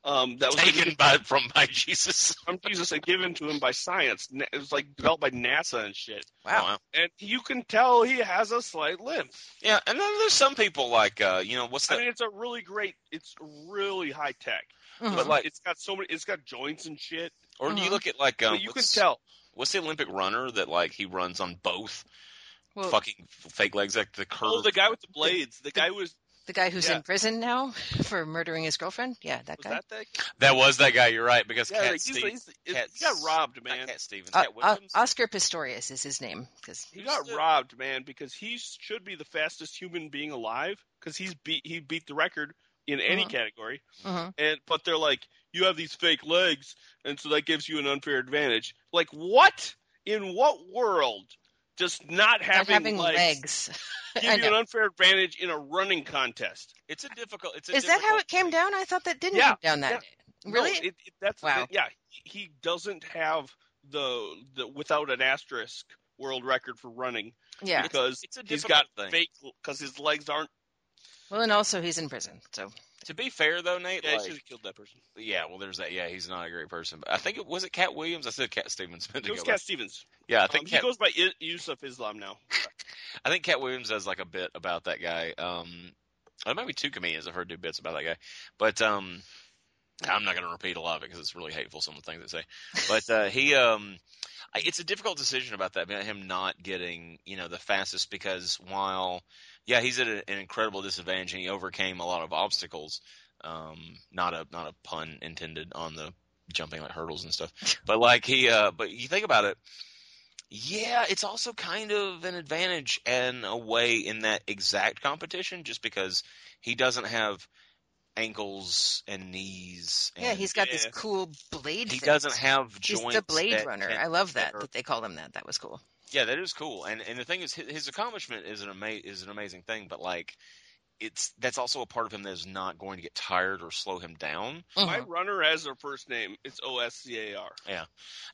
D: um, that was
C: taken by from by Jesus.
D: from Jesus and given to him by science. Na- It was like developed by NASA and shit.
B: wow.
C: Wow.
D: And you can tell he has a slight limp.
C: Yeah, and then there's some people like uh, you know what's
D: I
C: that?
D: mean, it's a really great. It's really high tech.
B: Mhm.
C: But like,
D: It's got so many. It's got joints and shit.
C: or do
B: Mhm.
C: you look at like um,
D: uh-huh. but you can
C: what's-
D: tell.
C: What's the Olympic runner that like he runs on both
B: well,
C: fucking fake legs like the curve?
D: Oh, the guy with the blades. The guy was
B: the guy who's
D: yeah.
B: in prison now for murdering his girlfriend. Yeah, that
D: was
B: guy.
D: that that? guy?
C: that was that guy. You're right because
D: Yeah,
C: Cat
D: he's,
C: Stevens,
D: he's,
C: Cat
D: he got
C: S-
D: robbed,
C: not
D: man.
C: Cat Stevens,
B: Uh,
C: Cat
B: uh,
C: Williams.
B: Oscar Pistorius is his name because
D: He got
C: the-
D: robbed, man, because he should be the fastest human being alive because he's beat he beat the record in any
B: Mhm.
D: category.
B: Mhm.
D: And but they're like, you have these fake legs, and so that gives you an unfair advantage. Like what? In what world does not
B: not
D: having,
B: having
D: legs,
B: legs. I
D: give you an
B: know.
D: unfair advantage in a running contest?
C: it's a difficult. It's a
B: Is that how
C: difficult
B: it came
C: thing.
B: down? I thought that didn't
D: Yeah,
B: come down that
D: yeah.
B: day. Really?
D: No, it, it, that's
B: Wow.
D: yeah. He, he doesn't have the the without an asterisk world record for running
B: yeah.
D: because
C: It's a
D: he's got
C: difficult thing.
D: fake because his legs aren't.
B: Well, and also he's in prison. So
C: To be fair though, Nate.
D: Yeah, he
C: like-
D: should have killed that person.
C: yeah, well, there's that. Yeah, he's not a great person. But I think it was it Cat Williams. I said Cat Stevens. meant to
D: It was
C: go
D: Cat
C: with-
D: Stevens.
C: Yeah, I
D: I think
C: think
D: he
C: Cat
D: goes by I- Yusuf Islam now.
C: I think Cat Williams does like a bit about that guy. Um, there might be two comedians I've heard do bits about that guy, but um, I'm not going to repeat a lot of it because it's really hateful some of the things they say. But uh, he, um, I, it's a difficult decision about that. about him not getting you know the fastest because while yeah he's at a, an incredible disadvantage and he overcame a lot of obstacles. Um, not a not a pun intended on the jumping like hurdles and stuff. But like he, uh, but you think about it, yeah, it's also kind of an advantage in a way in that exact competition, just because he doesn't have ankles and knees. And
B: Yeah, he's got this
D: Yeah.
B: cool blade.
C: he
B: things.
C: doesn't have
B: He's
C: joints.
B: the Blade
C: that
B: Runner.
C: can-
B: I love that
C: are-
B: that they call him that. That was cool.
C: yeah, that is cool. And and the thing is, his, his accomplishment is an ama- is an amazing thing, but like. It's that's also a part of him that is not going to get tired or slow him down.
B: Uh-huh.
D: My
B: Mm-hmm.
D: runner has their first name. It's O S C A R.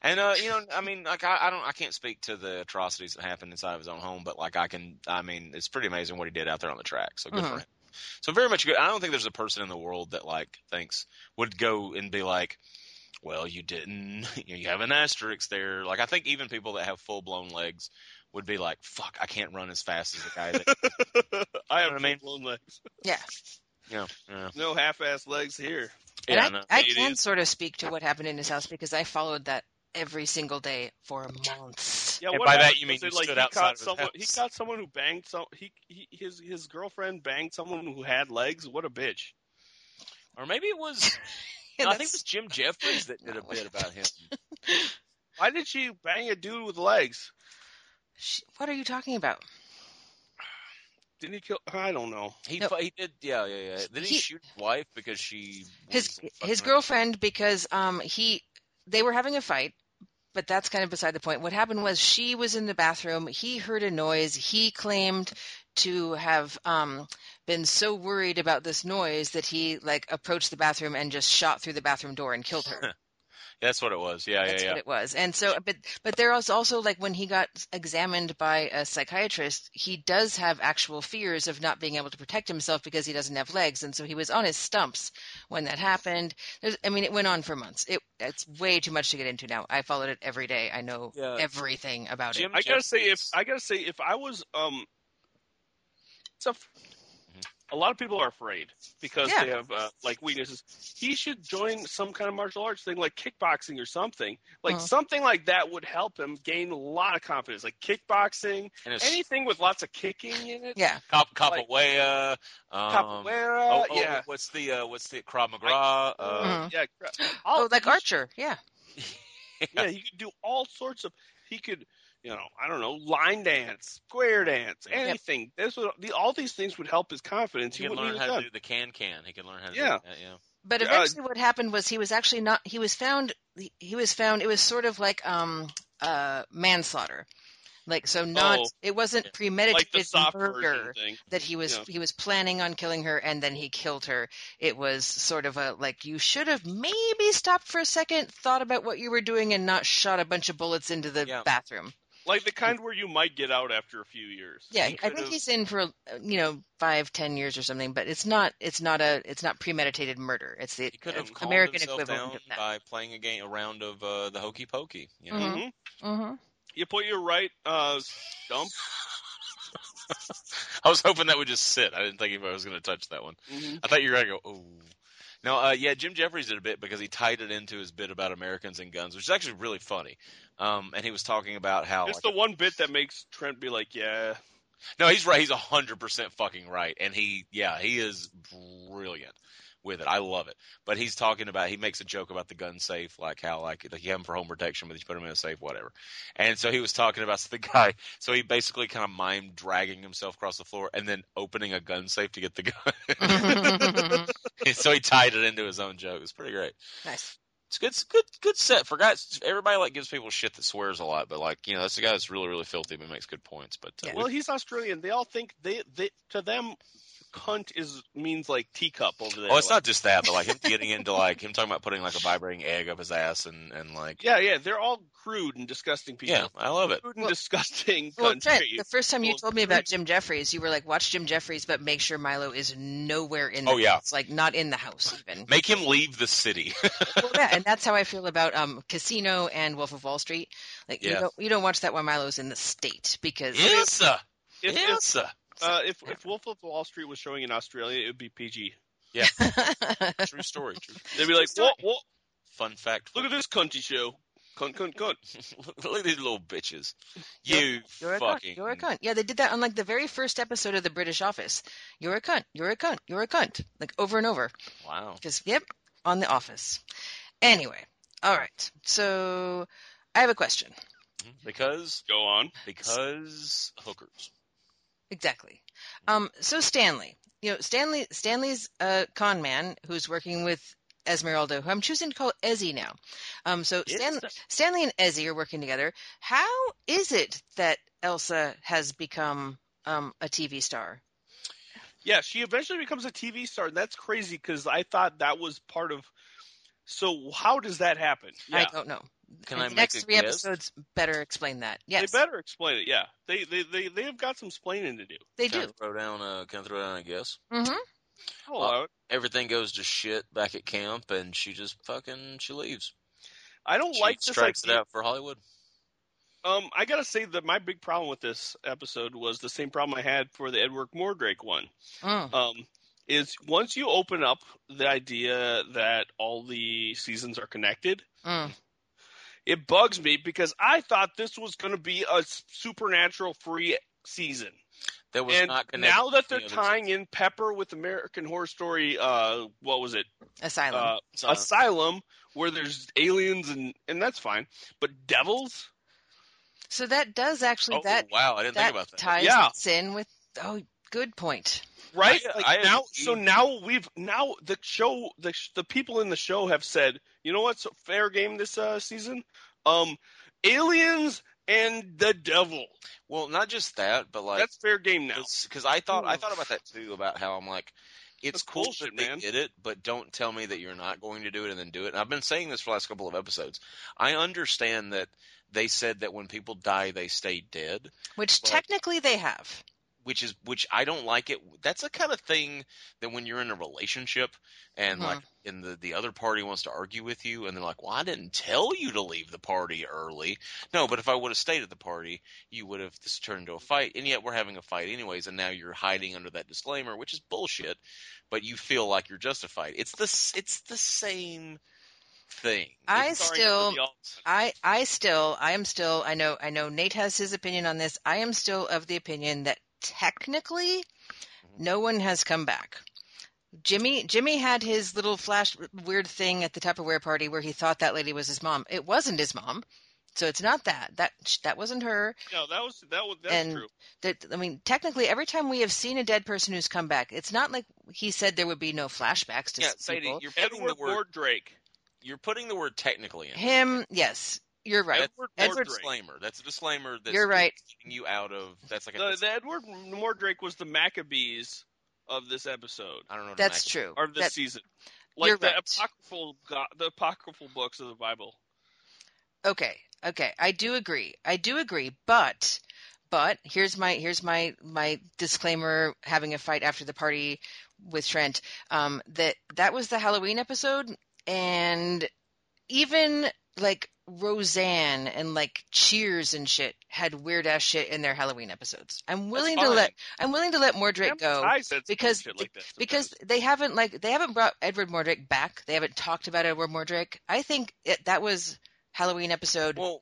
C: And uh, you know, I mean, like I, I don't, I can't speak to the atrocities that happened inside of his own home, but like I can, I mean, it's pretty amazing what he did out there on the track. So good
B: Mhm.
C: for him. So very much good. I don't think there's a person in the world that like thinks would go and be like, well, you didn't, you, know, you have an asterisk there. Like I think even people that have full blown legs would be like, fuck, I can't run as fast as the guy that,
D: I have
C: what I mean?
D: blown legs.
B: Yeah,
C: you know, yeah,
D: No half-ass legs here.
B: and
C: yeah,
B: I,
C: no.
B: I
D: It
B: can
D: is.
B: sort of speak to what happened in his house because I followed that every single day for months.
D: Yeah,
C: And
D: what
C: by that
D: happened
C: you mean
D: was it,
C: you
D: like,
C: stood
D: he
C: outside
D: caught
C: of his
D: someone,
C: house.
D: He caught someone who banged some. He, he his his girlfriend banged someone who had legs. What a bitch!
C: or maybe it was,
B: Yeah,
C: I think
B: that's-
C: it was Jim Jeffries that did a
B: No.
C: bit about him.
D: Why did she bang a dude with legs?
B: Sh- what are you talking about?
D: Didn't he kill? I don't know.
C: He
B: No.
C: fu- he did yeah yeah yeah. Did he,
B: He-
C: shoot his wife because she
B: His
C: was
B: his
C: fucking-
B: girlfriend because um he they were having a fight, but that's kind of beside the point. What happened was she was in the bathroom. He heard a noise. He claimed to have um been so worried about this noise that he like approached the bathroom and just shot through the bathroom door and killed her.
C: That's what it was. Yeah
B: That's
C: yeah yeah.
B: what it was. And so, but but there was also like when he got examined by a psychiatrist, he does have actual fears of not being able to protect himself because he doesn't have legs, and so he was on his stumps when that happened. There's, I mean, it went on for months. It it's way too much to get into now. I followed it every day. I know
C: Yeah.
B: everything about
C: Jim-
B: it.
D: I gotta say, if
C: Jeffries.
D: I gotta say, if I was um, it's a, a lot of people are afraid because
B: Yeah.
D: they have uh, like weaknesses. He should join some kind of martial arts thing, like kickboxing or something. Like
B: Uh-huh.
D: something like that would help him gain a lot of confidence. Like kickboxing,
C: And it's
D: anything with lots of kicking in it.
B: Yeah,
C: Cop
D: like-
C: Capoeira. Um,
D: Capoeira,
C: Oh, oh,
D: yeah.
C: What's the uh, what's the Krav Maga? Uh,
B: Mhm.
D: Yeah, crap.
B: oh,
D: All-
B: like Archer, yeah.
D: yeah, he could do all sorts of. He could, you know, I don't know, line dance, square dance,
C: Yep.
D: anything. This would the, all these things would help his confidence.
B: Mm-hmm.
C: he can
D: wouldn't
C: learn
D: need
C: how to
D: done.
C: do the can can. He can learn how to
D: Yeah.
C: do that. Yeah.
B: But
D: Yeah,
B: eventually, what happened was he was actually not. He was found. He, he was found. It was sort of like um uh manslaughter, like so not.
D: Oh.
B: it wasn't
C: Yeah.
B: premeditated
D: like the soft version
B: murder
D: thing.
B: that he was
D: Yeah.
B: he was planning on killing her and then he killed her. It was sort of a like you should have maybe stopped for a second, thought about what you were doing, and not shot a bunch of bullets into the
C: Yeah.
B: bathroom.
D: Like the kind where you might get out after a few years.
B: Yeah,
C: He
B: I
C: could've-
B: think he's in for uh, you know five ten years or something, but it's not it's not a it's not premeditated murder. It's the
C: He could have calmed
B: American
C: himself
B: equivalent
C: down
B: of that.
C: by playing a game, a round of uh, the hokey pokey. You know.
B: Mhm.
D: Mhm.
B: Mhm.
C: Mm-hmm.
D: You put your right uh, stump.
C: I was hoping that would just sit. I didn't think if I was going to touch that one.
D: mm-hmm,
C: I thought you were gonna go, ooh. No, uh, yeah, Jim Jeffries did a bit because he tied it into his bit about Americans and guns, which is actually really funny. Um, and he was talking about
B: Oh,
C: how
D: It's
C: like,
D: the one bit that makes Trent be like, "Yeah,
C: no, he's right. He's hundred percent fucking right, and he, yeah, he is brilliant with it. I love it. But he's talking about he makes a joke about the gun safe, like how like like you have them for home protection, but you put them in a safe, whatever. And so he was talking about the guy. So he basically kind of mimed dragging himself across the floor and then opening a gun safe to get the gun. so he tied it into his own joke. It was pretty great.
B: nice.
C: It's good, it's good, good set for guys. Everybody like gives people shit that swears a lot, but like you know, that's the guy that's really, really filthy but makes good points. But uh,
B: Yeah.
D: well, he's Australian. They all think they, they to them, cunt is means like teacup over there."
C: oh, it's
D: Like,
C: not just that, but like him getting into like him talking about putting like a vibrating egg up his ass and and like
D: Yeah, yeah, they're all crude and disgusting people.
C: yeah, I love it.
D: Crude and
B: Well-
D: disgusting
B: Well, Trent,
D: country.
B: the first time you
D: Well,
B: told me about Jim Jeffries, you were like, "Watch Jim Jeffries, but make sure Milo is nowhere in." The
C: Oh, yeah.
B: house. like not in the house even.
C: Make him leave the city.
B: well, yeah, and that's how I feel about um Casino and Wolf of Wall Street. Like you
C: Yeah.
B: don't you don't watch that while Milo's in the state because
C: Ilsa,
D: If- if-
C: Ilsa.
D: uh, if, if Wolf of Wall Street was showing in Australia, it would be PG.
C: True story. True.
D: They'd be like,
B: Story.
D: "What? What?
C: Fun fact.
D: Look at this country show." cunt, cunt, cunt.
C: Look at these little bitches. You
B: You're a
C: fucking.
B: cunt. You're a cunt. Yeah, they did that on like the very first episode of The British Office. You're a cunt. You're a cunt. You're a cunt. Like over and over.
C: Wow.
B: Because, yep, on The Office. Anyway, all right. So I have a question.
C: Mm-hmm. Because
D: Go on.
C: because hookers.
B: Exactly. Um, so Stanley, you know, Stanley, Stanley's a con man who's working with Esmeralda, who I'm choosing to call Ezzy now. Um, so Stan, Stanley and Ezzy are working together. How is it that Elsa has become um, a TV star?
D: Yeah, she eventually becomes a TV star. and That's crazy because I thought that was part of. So how does that happen?
B: I
D: Yeah,
B: don't know.
C: Can
B: And
C: I
B: the
C: make
B: next
C: a
B: three
C: guess?
B: episodes better explain that. Yes,
D: they better explain it. Yeah, they they they they have got some explaining to do.
B: they
C: Can I
B: do.
C: throw down a can I throw down a guess?
B: hmm
D: Oh,
C: Uh, everything goes to shit back at camp, and she just fucking she leaves.
D: I don't
C: She
D: like this
C: strikes
D: idea.
C: it out for Hollywood.
D: Um, I gotta say that my big problem with this episode was the same problem I had for the Edward Mordrake one.
B: Mm.
D: Um, is once you open up the idea that all the seasons are connected,
B: Mm.
D: it bugs me because I thought this was going to be a supernatural free season.
C: That was
D: and
C: not connected.
D: now that
C: to
D: they're
C: any other
D: tying in Pepper with American Horror Story, uh, what was it?
B: Asylum.
D: Uh,
C: Asylum.
D: Asylum, where there's aliens and and that's fine, but devils.
B: so that does actually
C: Oh,
B: that
C: wow, I didn't
B: that
C: think about that.
B: ties
D: Yeah.
B: in with. Oh, good point.
D: right?
C: I-
D: like
C: I
D: now,
C: agree.
D: so now we've now the show, the sh- the people in the show have said, you know what's fair game this uh, season? Um, aliens and the devil.
C: well, not just that, but like
D: That's fair game now.
C: because I thought I
D: Ooh.
C: thought about that too about how I'm like,
D: That's
C: it's cool
D: bullshit,
C: that they
D: man.
C: did it, but don't tell me that you're not going to do it and then do it. And I've been saying this for the last couple of episodes. I understand that they said that when people die, they stay dead,
B: Which
C: But-
B: technically they have.
C: which is which I don't like it. That's the kind of thing that when you're in a relationship and
B: Mhm.
C: like and the the other party wants to argue with you and they're like, "Well, I didn't tell you to leave the party early." No, but if I would have stayed at the party, you would have this turned into a fight. And yet we're having a fight anyways, and now you're hiding under that disclaimer, which is bullshit, but you feel like you're justified. It's the s- it's the same thing.
B: I
C: It's-
D: Sorry
B: still-
D: for the alt.
B: I I still I am still I know I know Nate has his opinion on this. I am still of the opinion that technically
C: Mm-hmm.
B: no one has come back. Jimmy Jimmy had his little flash weird thing at the Tupperware party where he thought that lady was his mom. It wasn't his mom. So it's not that. That that wasn't her.
D: No, that was that was that's
B: And-
D: true.
B: That I mean technically every time we have seen a dead person who's come back, it's not like he said there would be no flashbacks to
C: yeah,
B: people.
C: Sadie, you're putting
D: Edward
C: the word
D: Drake.
C: you're putting the word technically in.
B: Him, yes. You're right.
C: Edward,
B: Edward-
C: disclaimer. That's a disclaimer. That's
B: You're right.
C: Keeping you out of that's like a,
D: The, the Edward Mordrake was the Maccabees of this episode
C: I don't know. what a
B: That's
C: Mac-
B: true.
D: or this
B: That-
D: season.
B: you're
D: Like the
B: right.
D: apocryphal go- the apocryphal books of the Bible.
B: Okay, okay, I do agree. I do agree, but but here's my here's my my disclaimer having a fight after the party with Trent. Um that that was the Halloween episode and even like Roseanne and like Cheers and shit had weird ass shit in their Halloween episodes. I'm willing to
D: fine.
B: let I'm willing to let Mordred go
D: I said
B: because-
D: shit like that
B: because
D: sometimes.
B: they haven't like they haven't brought Edward Mordrake back. They haven't talked about Edward Mordrake. I think it, that was Halloween episode
C: Well,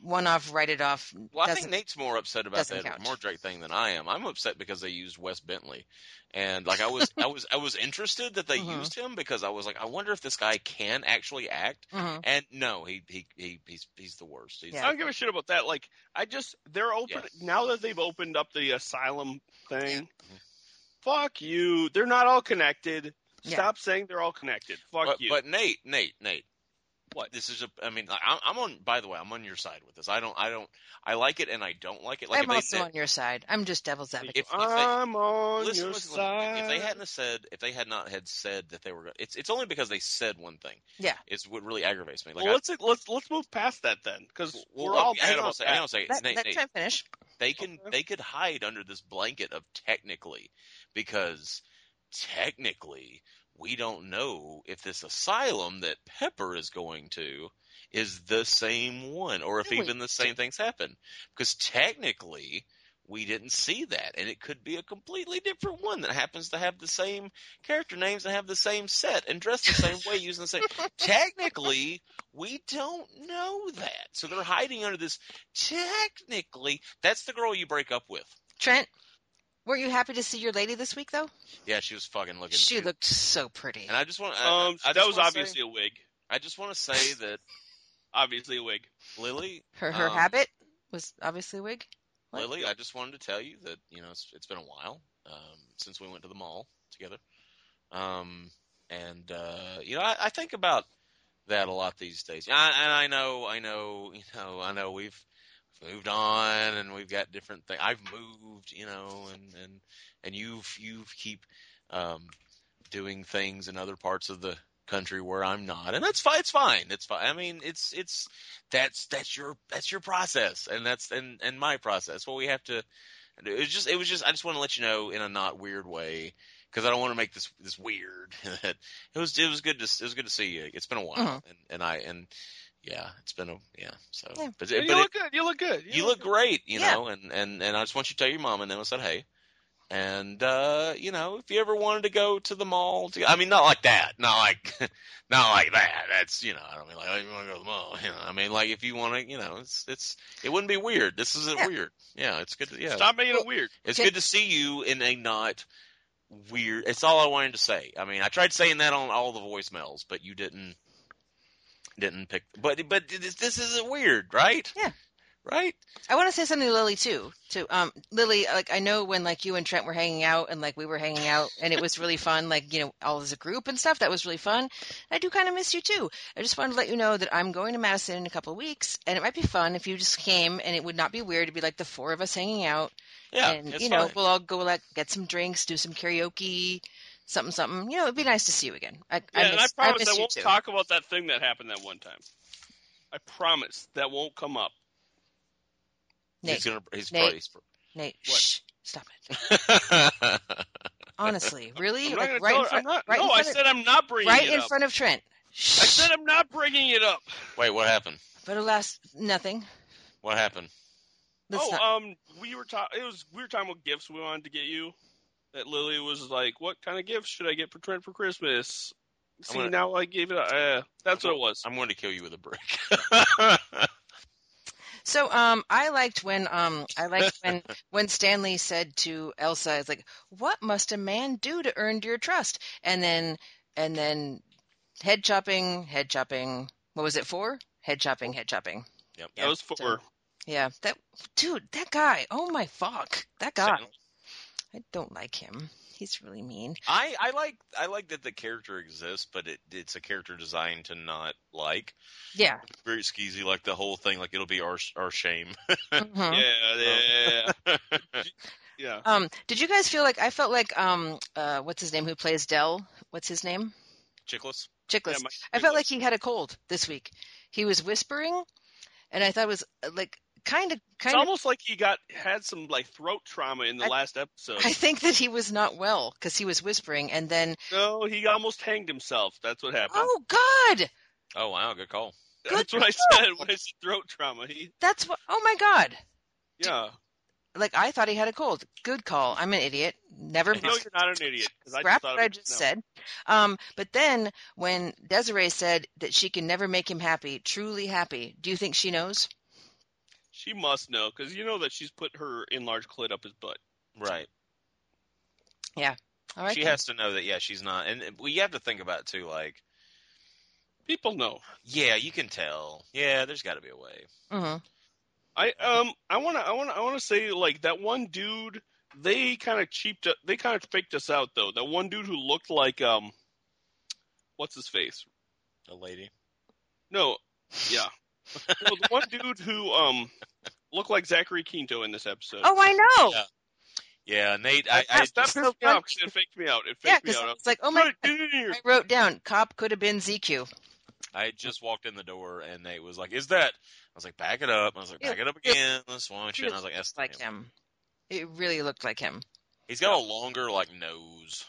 B: one off, write it off.
C: well, I
B: doesn't-
C: think Nate's more upset about
B: doesn't
C: that
B: count.
C: Mordrake thing than I am. I'm upset because they used Wes Bentley, and like I was, I was, I was interested that they
B: Mhm.
C: used him because I was like, I wonder if this guy can actually act.
B: Mhm.
C: And no, he he, he he's he's the worst. He's
B: Yeah.
D: I don't give a shit about that. Like, I just they're open now that they've opened up the asylum thing.
B: Mm-hmm.
D: Fuck you. They're not all connected.
B: Yeah.
D: Stop saying they're all connected. Fuck
C: but,
D: you.
C: but Nate, Nate, Nate.
D: What?
C: This is a. I mean, I- I'm, I'm on. By the way, I'm on your side with this. I don't. I don't. I like it, and I don't like it. Like if
B: I'm
C: they
B: also
C: did-
B: on your side. I'm just devil's advocate.
C: if, if they,
D: I'm on
C: listen,
D: your
C: listen, listen.
D: side.
C: If they hadn't have said, if they had not had said that they were, it's it's only because they said one thing.
B: Yeah.
C: it's what really aggravates me. Like,
D: well, let's let's let's move past that then, because
C: well,
D: we're
C: look,
D: all
C: hang
D: mad
C: on a
D: about
C: second, hang on
D: that.
C: a second.
B: Let,
C: Nate,
B: let
C: Nate,
B: Trent finish.
C: they can
D: Okay.
C: they could hide under this blanket of technically, because technically we don't know if this asylum that Pepper is going to is the same one, or if
B: No, we
C: even the same things happen. Because technically, we didn't see that, and it could be a completely different one that happens to have the same character names and have the same set and dress the same way using the same. Technically, we don't know that, so they're hiding under this. Technically, that's the girl you break up with.
B: Trent, were you happy to see your lady this week though?
C: Yeah, she was fucking looking.
B: She looked so pretty.
C: And I just want. I,
D: Um,
C: I just
D: that was
C: wanna
D: obviously a
C: Say,
D: wig.
C: I just want to say that
D: Obviously a wig.
C: Lily,
B: Her her
C: um,
B: habit was obviously a wig. What?
C: Lily, I just wanted to tell you that you know it's, it's been a while um, since we went to the mall together, um, and uh, you know I, I think about that a lot these days. I, and I know, I know, you know, I know we've we've moved on and we've got different things. I've moved, you know, and and and you've you keep um, doing things in other parts of the country where I'm not, and that's fine. It's fine. It's fine. I mean, it's it's that's that's your that's your process, and that's and and my process. Well, we have to. It was just it was just I just want to let you know in a not weird way because I don't want to make this this weird. it was it was good to it was good to see you. It's been a while,
B: Mhm.
C: and and I and yeah, it's been a yeah. So
B: Yeah.
C: but,
D: You
C: it- but it,
D: look good. You look good.
C: you look great, you
B: Yeah.
C: know, and, and, and I just want you to tell your mom and them I said, hey. And, uh, you know, if you ever wanted to go to the mall, to, I mean, not like that, not like, not like that. That's, you know, I don't mean like, oh, you want to go to the mall, you know, I mean, like if you want to, you know, it's, it's, it wouldn't be weird. This isn't
B: Yeah.
C: weird. Yeah. It's good. To, yeah.
D: Stop making it weird.
C: It's
B: Just-
C: good to see you in a not weird. It's all I wanted to say. I mean, I tried saying that on all the voicemails, but you didn't didn't pick. But but this, this isn't weird, right?
B: Yeah.
C: Right.
B: I want to say something to Lily too. To um, Lily, like I know when like you and Trent were hanging out and like we were hanging out and it was really fun. Like you know, all as a group and stuff. That was really fun. I do kind of miss you too. I just wanted to let you know that I'm going to Madison in a couple of weeks, and it might be fun if you just came. And it would not be weird to be like the four of us hanging out.
C: Yeah.
B: and
C: it's
B: you know,
C: fine.
B: we'll all go like get some drinks, do some karaoke, something, something. You know, it'd be nice to see you again. I,
D: Yeah,
B: I,
D: and I
B: miss,
D: promise
B: miss
D: I,
B: you
D: won't
B: too.
D: talk about that thing that happened that one time. I promise that won't come up.
B: Nate,
C: he's gonna. He's
B: Nate.
C: probably.
B: Nate,
D: What?
B: shh, stop it. Honestly, really,
D: I'm not
B: like
D: gonna
B: right
D: tell
B: in
D: her.
B: front,
D: I'm not.
B: right in
D: no, I
B: front of-
D: said I'm not bringing
B: right
D: it
B: in
D: up.
B: front of Trent. Shh.
D: I said I'm not bringing it up.
C: Wait, what happened?
B: But alas, nothing.
C: What happened?
B: Let's
D: oh,
B: not.
D: um, we were talking. It was we were talking about gifts we wanted to get you. That Lily was like, "What kind of gifts should I get for Trent for Christmas?" See,
C: gonna-
D: now I gave it. Uh, that's what it was.
C: I'm going to kill you with a brick.
B: So, um, I liked when, um, I liked when, when Stanley said to Elsa, "It's like, what must a man do to earn your trust?" And then, and then, head chopping, head chopping. What was it for? Head chopping, head chopping.
C: yep.
D: that was for.
B: so- Yeah, that dude, that guy. Oh my fuck, that guy. I don't like him. He's really mean.
C: I, I like I like that the character exists, but it, it's a character designed to not like.
B: Yeah.
C: very skeezy. Like the whole thing, like it'll be our our shame.
B: Mhm.
D: Yeah, yeah,
C: yeah,
D: yeah, yeah.
B: Um, did you guys feel like I felt like um uh what's his name who plays Dell? What's his name?
C: Chickless.
B: Chickless.
D: Yeah, my-
B: I felt like he had a cold this week. He was whispering, and I thought it was uh, like kind of
D: it's
B: kind of.
D: almost like he got had some like throat trauma in the
B: I-
D: last episode.
B: I think that he was not well because he was whispering, and then
D: no, he almost hanged himself. That's what happened.
B: oh god,
C: Oh wow, good call.
D: that's what I said when I said throat trauma. He,
B: that's what. Oh my god,
D: yeah.
B: like I thought he had a cold. Good call. I'm an idiot. Never
D: No, you're
B: mind.
D: not an idiot. 'cause I just
B: Scrap
D: thought
B: what
D: it
B: I
D: was-
B: just
D: no.
B: said. Um, but then when Desiree said that she can never make him happy, truly happy, do you think she knows?
D: She must know because you know that she's put her enlarged clit up his butt.
C: Right.
B: All right.
C: She
B: then.
C: has to know that. Yeah, she's not. And well, you have to think about it too. Like,
D: People know.
C: yeah, you can tell. Yeah, there's got to be a way.
B: Mhm.
D: I um I wanna I wanna I wanna say like that one dude they kind of cheaped u- they kind of faked us out though. That one dude who looked like um what's his face?
C: A lady.
D: No, yeah, no, the one dude who um looked like Zachary Quinto in this episode.
B: Oh, I know.
C: Yeah. Yeah, Nate. I,
D: I,
C: I
D: that
C: just,
D: pissed me off 'cause it faked me out. It
B: Yeah,
D: faked
B: because
D: me out. I
B: it's like, oh
D: was
B: my
D: like,
B: God.
D: "Dude, dude, dude,
B: I wrote down cop could have been ZQ.
C: I just walked in the door and Nate was like, "Is that?" I was like, "Back it up." I was like, "Back it up again." Let's watch it. And I was like, "That's
B: Like him. It really looked like him.
C: He's got a longer like nose.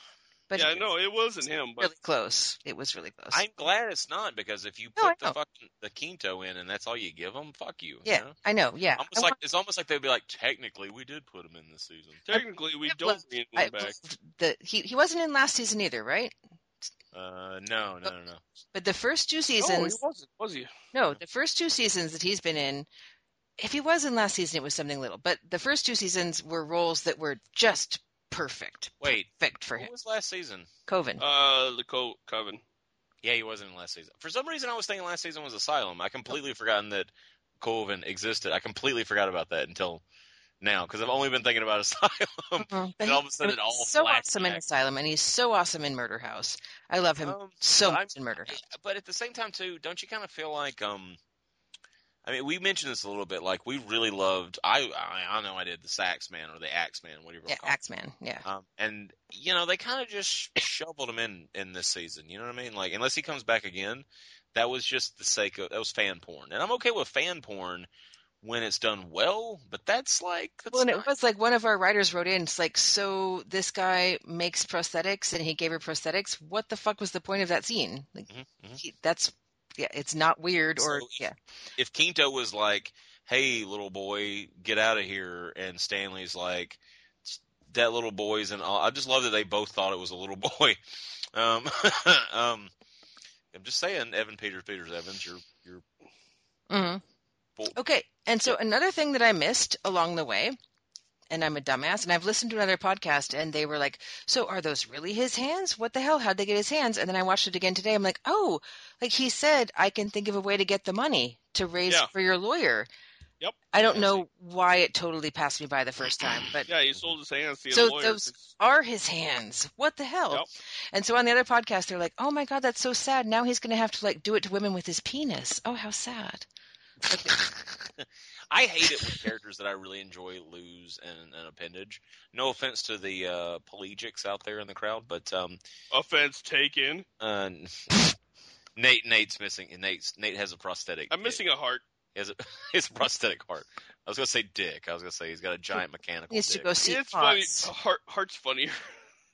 B: But
D: yeah,
B: it
D: no,
B: was
D: it wasn't him. But
B: really close. It was really close.
C: I'm glad it's not because if you
B: No, I
C: put the
B: know.
C: fucking the quinto in and that's all you give them, fuck you. you
B: yeah,
C: know?
B: I know. Yeah,
C: Almost
B: I
C: like it's almost like they'd be like, technically, we did put him in this season.
D: technically, we
B: I
D: don't
B: loved-
D: bring
B: I
D: him back.
B: loved the he he wasn't in last season either, right?
C: Uh, no, no, no, no.
B: But the first two
D: Oh, he
B: seasons,
D: wasn't, was he?
B: no, the first two seasons that he's been in, if he was in last season, it was something little. But the first two seasons were roles that were just perfect,
C: Wait,
B: perfect for him.
C: what was last season?
B: Coven.
D: Uh, the Co- Coven.
C: Yeah, he wasn't in last season. For some reason, I was thinking last season was Asylum. I completely forgotten that Colvin existed. I completely forgot about that until now because I've only been thinking about Asylum.
B: Mhm.
C: and all of a sudden it all
B: he's so
C: flashed
B: awesome in
C: back.
B: Asylum, and he's so awesome in Murder House. I love him
C: Um,
B: so
C: but I'm-
B: much in Murder House.
C: but at the same time, too, don't you kind of feel like um? I mean, we mentioned this a little bit. Like, we really loved. I I, I know I did the Sax Man or the Axe Man, whatever. you
B: Yeah,
C: call it.
B: Axeman. Yeah,
C: Um, and you know they kind of just sh- shoveled him in in this season. You know what I mean? Like unless he comes back again, that was just the sake of that was fan porn, and I'm okay with fan porn when it's done well. But that's like that's
B: well, and
C: not-
B: it was like one of our writers wrote in, it's like, so this guy makes prosthetics and he gave her prosthetics. What the fuck was the point of that scene? Like,
C: Mhm, mhm.
B: he, that's, yeah, it's not weird or,
C: So-
B: yeah.
C: if Quinto was like, "Hey, little boy, get out of here," and Stanley's like, "That little boy's an," I just love that they both thought it was a little boy. Um, um, I'm just saying, Evan Peters, Peters Evans, you're you're
B: Mhm.
C: full-
B: Okay. And so another thing that I missed along the way, and I'm a dumbass, and I've listened to another podcast, and they were like, So are those really his hands? What the hell? How'd they get his hands? And then I watched it again today. I'm like, Oh, like he said, I can think of a way to get the money to raise
D: Yeah.
B: for your lawyer.
D: Yep.
B: I don't know why it totally passed me by the first time, but
D: Yeah, he sold his hands to the
B: So
D: lawyer.
B: those- are his hands? What the hell?
D: Yep.
B: And so on the other podcast, they're like, "Oh my god, that's so sad. Now he's going to have to like do it to women with his penis. Oh, how sad."
C: I hate it when characters that I really enjoy lose an, an appendage. No offense to the uh, pelagics out there in the crowd, but um,
D: Offense taken.
C: uh, Nate Nate's missing. Nate's Nate has a prosthetic.
D: I'm missing a heart.
C: He has a, his prosthetic heart. I was gonna say dick. I was gonna say he's got a giant mechanical
B: He needs to
C: dick.
B: go see
D: it's funny.
B: Fox.
D: Heart, heart's funnier,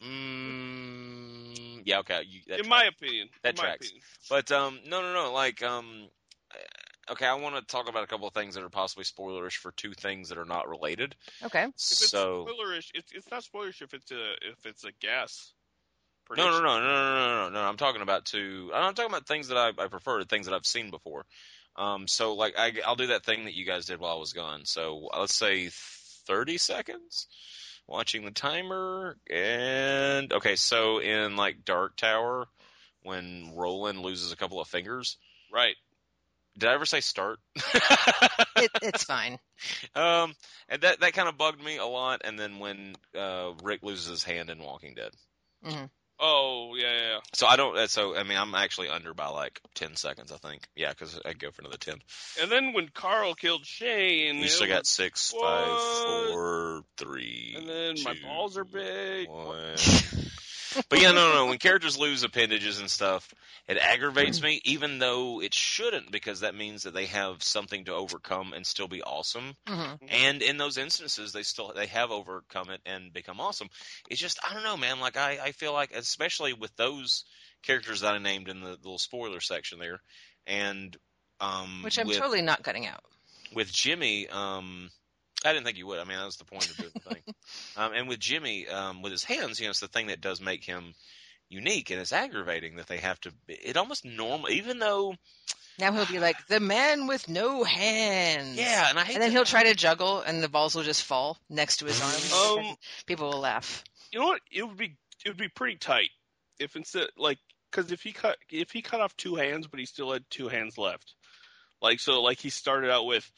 C: Mm, yeah, okay. You, that
D: in
C: tracks.
D: my opinion.
C: That
D: in my
C: tracks.
D: opinion.
C: But um, no, no, no. Like um, uh, okay. I want to talk about a couple of things that are possibly spoilerish for two things that are not related.
B: Okay.
D: If it's
C: so
D: spoilerish, it's, it's not spoilerish if it's a if it's a guess.
C: No, no, no, no, no, no, no, no. I'm talking about two. I'm talking about things that I, I prefer to things that I've seen before. Um, so like I, I'll do that thing that you guys did while I was gone. So let's say 30 seconds, watching the timer, and okay. So in like Dark Tower, when Roland loses a couple of fingers,
D: Right.
C: did I ever say start?
B: It, it's fine.
C: um, and that that kind of bugged me a lot. And then when uh, Rick loses his hand in Walking Dead.
D: Oh yeah, yeah, yeah.
C: So I don't. uh, So I mean, I'm actually under by like ten seconds, I think. Yeah, because I go for another ten.
D: And then when Carl killed Shane,
C: You
D: it
C: still got
D: was-
C: six, five,
D: What?
C: four, three.
D: and then my
C: two,
D: balls are big.
C: one. but yeah, no, no. When characters lose appendages and stuff, it aggravates me. Even though it shouldn't, because that means that they have something to overcome and still be awesome.
B: Mhm.
C: And in those instances, they still they have overcome it and become awesome. It's just I don't know, man. Like I, I feel like especially with those characters that I named in the little spoiler section there, and um,
B: Which I'm
C: with,
B: totally not cutting out.
C: with Jimmy. Um, I didn't think you would. I mean, that was the point of doing the thing. um, and with Jimmy, um, with his hands, you know, it's the thing that does make him unique, and it's aggravating that they have to. It almost normal, even though
B: Now he'll be like the man with no hands.
C: yeah, and I
B: Mm.
C: hate
B: And then
C: that-
B: he'll try to juggle, and the balls will just fall next to his arms.
C: Oh.
D: Um,
B: People will laugh.
D: you know what? It would be it would be pretty tight if instead like because if he cut if he cut off two hands, but he still had two hands left. Like so, like he started out with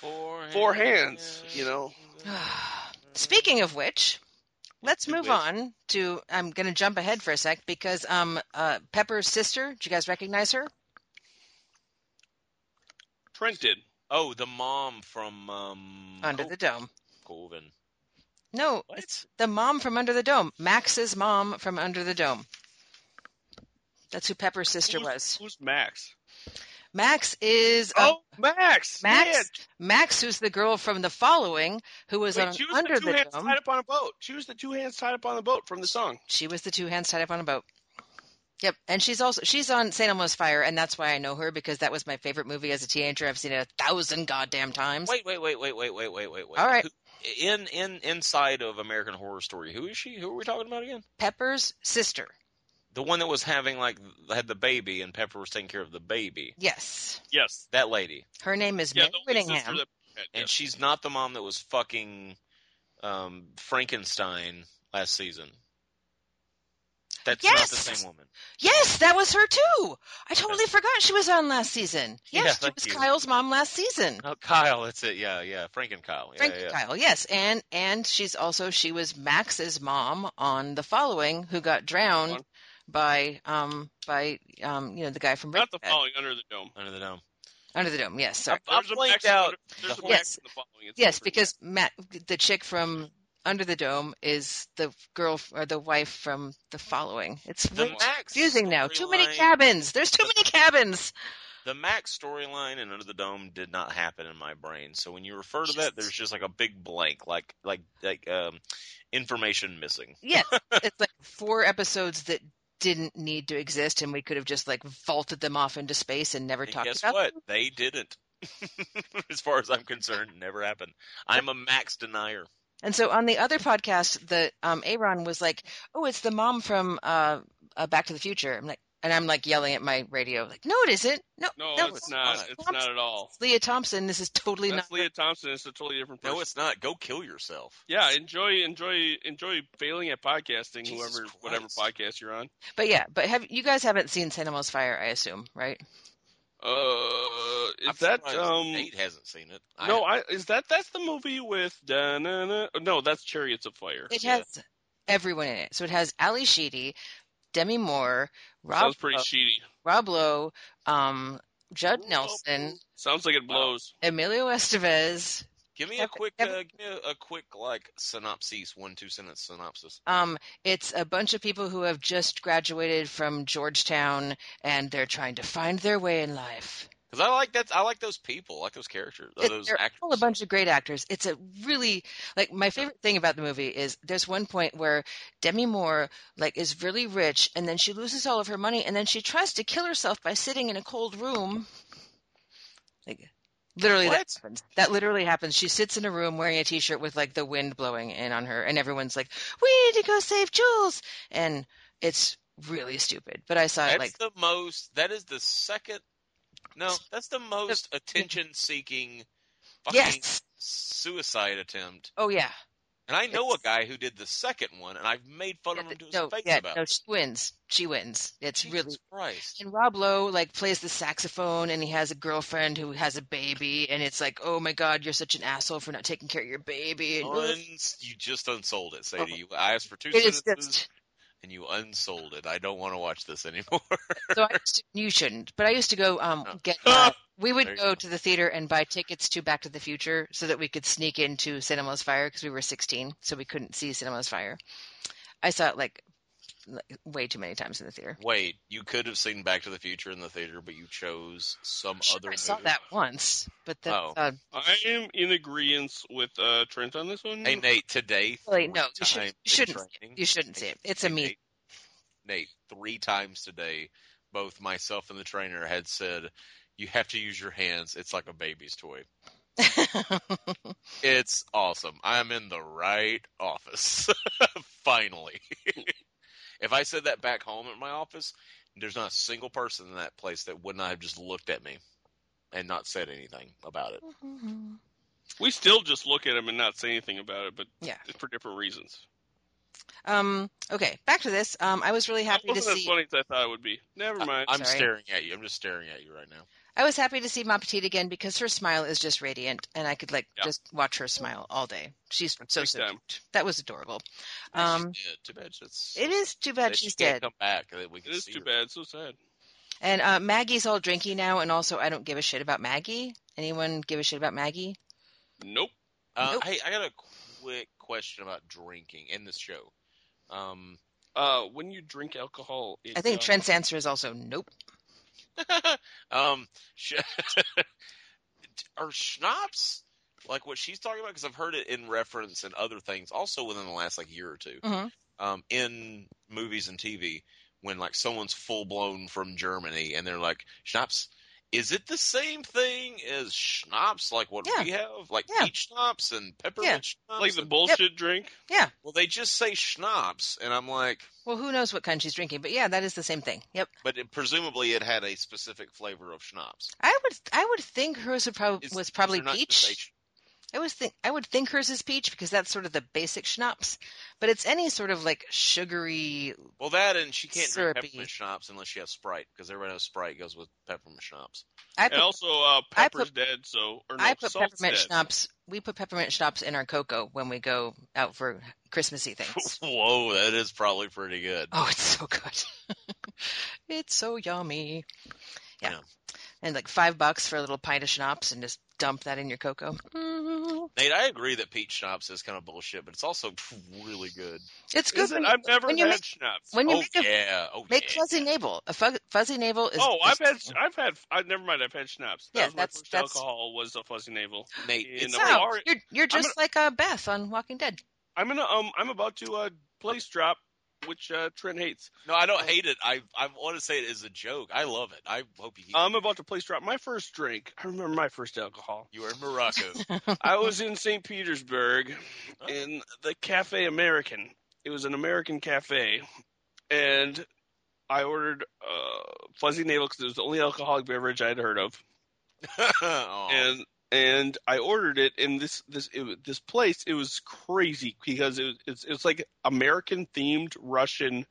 C: four
D: four hands. You know,
B: Speaking of which, let's
D: Good
B: move
D: whiz.
B: on to. I'm going to jump ahead for a sec because um, uh, Pepper's sister. Do you guys recognize her?
D: Trent did.
C: Oh, the mom from um,
B: Under the Dome.
C: Col- Colvin.
B: No,
C: What?
B: it's the mom from Under the Dome. Max's mom from Under the Dome. That's who Pepper's sister
D: Who's-
B: was.
D: Who's Max?
B: Max is uh,
D: Oh, Max.
B: Max.
D: Yeah.
B: Max, who's the girl from the following, who was
D: Wait,
B: on
D: she was
B: Under
D: the two
B: the
D: hands
B: Dome.
D: tied up on a boat. She was the two hands tied up on the boat from the song.
B: She was the two hands tied up on a boat. Yep, and she's also she's on St. Elmo's Fire, and that's why I know her because that was my favorite movie as a teenager. I've seen it a thousand goddamn times.
C: Wait, wait, wait, wait, wait, wait, wait, wait, wait.
B: All right.
C: Who- in in inside of American Horror Story, who is she? Who are we talking about again?
B: Pepper's sister.
C: The one that was having like had the baby, and Pepper was taking care of the baby.
B: Yes,
D: Yes.
C: That lady,
B: her name is
D: Yeah,
B: Mary
D: the only sister
B: Whittingham.
D: that-
C: and she's not the mom that was fucking um, Frankenstein last season. That's not the
B: Yes!
C: same woman.
B: Yes, that was her too. I totally forgot she was on last season.
C: Yeah,
B: Yes, she
C: thank
B: was
C: you.
B: Kyle's mom last season.
C: Oh, Kyle, that's it. Yeah, yeah, Frank and Kyle. Yeah,
B: Frank
C: yeah.
B: Kyle, yes, and and she's also she was Max's mom on the following, who got drowned by um by um you know the guy from
D: Not the
B: Breaking Bad.
D: following under the dome.
C: Under the dome.
B: Under the Dome. Yes, sorry.
C: I'm- I'm
D: There's a
C: blanked
D: Max in
C: out.
D: Under- There's
C: The
D: a
C: whole-
D: Max in the following. It's
B: Yes,
D: over.
B: because Matt, the chick from Under the Dome, is the girl f- or the wife from the following. It's
C: The
B: really
C: Max
B: confusing now. Too many
C: storyline-
B: cabins. There's too many cabins.
C: The Max storyline and Under the Dome did not happen in my brain. So when you refer to that, there's just like a big blank, like like like um, information missing.
B: Yes, it's like four episodes that didn't need to exist, and we could have just like vaulted them off into space and never
C: And
B: talked
C: guess
B: about
C: what?
B: them.
C: They didn't. as far as I'm concerned, never happened. I'm a Max denier.
B: And so on the other podcast, the um, Aaron was like, "Oh, it's the mom from uh, uh, Back to the Future." I'm like, and I'm like yelling at my radio, like, "No, it isn't. No,
D: No,
B: no,
D: it's not. It's not at all.
B: Leah Thompson. This is totally not
D: That's Leah Thompson. It's a totally different person.
C: No, it's not. Go kill yourself.
D: yeah, enjoy, enjoy, enjoy failing at podcasting.
C: Jesus
D: whoever, whatever
C: Christ.
D: podcast you're on.
B: But yeah, but have you guys haven't seen Cinema's Fire, I assume, right?
D: Uh, is
C: I'm
D: that
C: surprised
D: um?
C: Nate hasn't seen it?
D: No, I is that that's the movie with da na na. No, that's Chariots of Fire.
B: It
C: Yeah.
B: has everyone in it. So it has Ali Sheedy, Demi Moore, Rob
D: Sounds pretty shitty.
B: Rob Lowe, um, Judd
C: Rob
B: Nelson,
D: Sounds like it
C: Wow.
D: blows.
B: Emilio Estevez,
C: Give me a
B: Have-
C: quick,
B: have-
C: uh, give me a, a quick like synopsis, one two sentence synopsis.
B: Um, it's a bunch of people who have just graduated from Georgetown and they're trying to find their way in life.
C: Because I like that, I like those people, I like those characters,
B: It-
C: those
B: they're
C: actors.
B: all a bunch of great actors. It's a really like my favorite thing about the movie is there's one point where Demi Moore like is really rich and then she loses all of her money and then she tries to kill herself by sitting in a cold room. Like literally that
C: What?
B: happens. That literally happens. She sits in a room wearing a t-shirt with like the wind blowing in on her and everyone's like, "We need to go save Jules." And it's really stupid. But I saw it
C: That's
B: like
C: the most. That is the second. No, that's the most attention-seeking fucking
B: Yes.
C: suicide attempt.
B: Oh yeah.
C: And I know
B: It's-
C: a guy who did the second one, and I've made fun of him to his
B: no,
C: face
B: yeah,
C: about.
B: no,
C: it.
B: she wins. She wins. It's
C: Jesus
B: really
C: Christ.
B: And Rob Lowe like plays the saxophone and he has a girlfriend who has a baby and it's like, oh my god, you're such an asshole for not taking care of your baby. And
C: Uns- you just unsold it, Sadie. You asked for two
B: Oh. it is
C: sentences,
B: just
C: and you unsold it. I don't want to watch this anymore.
B: so I used to, you shouldn't. But I used to go um
C: Oh.
B: get uh, we
C: There
B: would
C: you
B: go
C: go.
B: to the theater and buy tickets to Back to the Future so that we could sneak into Cinema's Fire because we were 16, so we couldn't see Cinema's Fire. I saw it like like, way too many times in the theater.
C: Wait, you could have seen Back to the Future in the theater, but you chose some
B: Sure,
C: other.
B: I saw
C: movie.
B: that once, but then
C: Oh.
B: uh,
D: I am in agreement with uh, Trent on this one.
C: Hey Nate, today
B: Really,
C: three
B: no, you should-
C: times
B: you shouldn't
C: in
B: see it.
C: training-
B: you shouldn't see it. It's a
C: Hey,
B: me
C: Nate, Nate, three times today, both myself and the trainer had said, "You have to use your hands. It's like a baby's toy." It's awesome. I'm in the right office. Finally. if I said that back home at my office, there's not a single person in that place that would not have just looked at me and not said anything about it.
D: We still just look at him and not say anything about it, but
B: Yeah.
D: for different reasons.
B: Um. Okay. Back to this. Um. I was really happy
D: that
B: to
D: wasn't as
B: see.
D: funny as I thought it would be. Never mind.
C: I'm
B: Sorry.
C: staring at you. I'm just staring at you right now.
B: I was happy to see Ma Petite again because her smile is just radiant, and I could like
D: Yeah.
B: just watch her smile all day. She's so
D: big
B: so
D: time.
B: cute. That was adorable. Um.
C: Yeah, too bad that's
B: It is too bad
C: that she
B: she's
C: can't
B: dead.
C: come back. That we can
D: it is
C: see
D: too
C: her.
D: bad. So sad.
B: And uh, Maggie's all drinky now, and also I don't give a shit about Maggie. Anyone give a shit about Maggie?
D: Nope.
C: Uh,
B: Nope.
C: Hey, I got a quick question about drinking in this show. Um,
D: Uh, when you drink alcohol, it,
B: I think
D: uh,
B: Trent's answer is also nope.
C: um, sh- are schnapps like what she's talking about? Because I've heard it in reference and other things, also within the last like year or 2
B: Mhm.
C: um, in movies and TV. When like someone's full blown from Germany and they're like schnapps, is it the same thing as schnapps? Like what
B: Yeah.
C: we have, like
B: Yeah.
C: peach schnapps and peppermint schnapps.
D: Like the
C: and-
D: bullshit drink.
C: well, they just say schnapps, and I'm like,
B: Well, who knows what kind she's drinking? But yeah, that is the same thing. Yep.
C: but it, presumably it had a specific flavor of schnapps.
B: I would I would think hers would prob-
C: Is-
B: was
C: is
B: probably
C: there not
B: peach.
C: just a sch-
B: I was think I would think hers is peach because that's sort of the basic schnapps, but it's any sort of like sugary.
C: Well, that and she can't
B: Syrupy.
C: drink peppermint schnapps unless she has Sprite because everyone knows Sprite goes with peppermint schnapps.
B: I
D: And
B: put,
D: also, uh,
B: I
D: Pepper's dead, so or no,
B: I put
D: Salt's
B: peppermint
D: dead.
B: schnapps. We put peppermint schnapps in our cocoa when we go out for Christmassy things.
C: Whoa, that is probably pretty good.
B: oh, it's so good. it's so yummy. Yeah.
C: Yeah.
B: And like five bucks for a little pint of schnapps and just dump that in your cocoa.
D: Mm-hmm.
B: Mm.
C: Nate, I agree that peach schnapps is kind of bullshit, but it's also really good.
B: It's
D: Is
B: good
D: it?
B: when,
D: I've never
B: when you
D: had
B: make-
D: schnapps.
B: when you
C: oh
B: make a
C: yeah, oh
B: Make
C: yeah.
B: fuzzy navel. A fu- fuzzy navel is.
D: oh, I've
B: is-
D: had, I've had, I never mind. I've had schnapps. That
B: Yeah,
D: was my
B: that's-
D: first
B: that's-
D: alcohol was a fuzzy navel.
C: Nate,
D: in
C: it's
D: the
C: a
D: bar.
B: Wow,
D: Sorry.
B: you're you're
D: gonna-
B: just like uh, Beth on Walking Dead.
D: I'm gonna, um, I'm about to uh, place drop, which uh, Trent hates.
C: No, I don't hate it. I I want to say it is a joke. I love it. I hope you.
B: Um,
D: I'm about to place drop my first drink. I remember my first alcohol.
C: you were in Morocco.
D: I was in St. Petersburg in the Cafe American. It was an American cafe, and I ordered uh, fuzzy navel because it was the only alcoholic beverage I'd heard of,
C: Aw.
D: and and I ordered it in this this it, was- this place. It was crazy because it was it's, it's like American themed Russian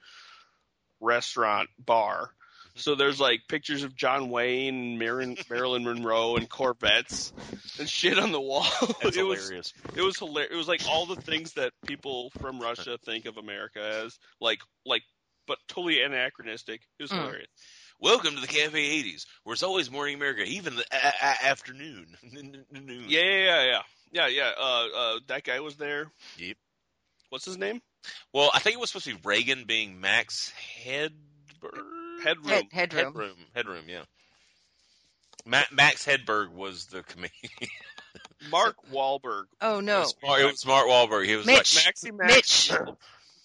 D: restaurant bar.
C: Mm-hmm.
D: So there's like pictures of John Wayne and Marilyn, Marilyn Monroe and Corvettes and shit on the wall.
C: That's
D: it was
C: hilarious.
D: it was hilarious. It was like all the things that people from Russia think of America as, like, like, but totally anachronistic. It was
B: Mm.
D: hilarious.
C: Welcome to the Cafe 80s, where it's always morning America, even the a- a- afternoon. N- n- noon.
D: Yeah, yeah, yeah, yeah, yeah, yeah. Uh, uh, that guy was there.
C: Yep.
D: What's his name?
C: Well, I think it was supposed to be Reagan being Max Hedberg.
D: Headroom.
B: Head, headroom.
C: Headroom. Headroom, yeah. Ma- Max Hedberg was the comedian.
D: Mark Wahlberg.
B: Oh no,
C: It was Mark- it was Mark Wahlberg. He was
B: Mitch.
C: like
D: Maxi Max.
B: Mitch.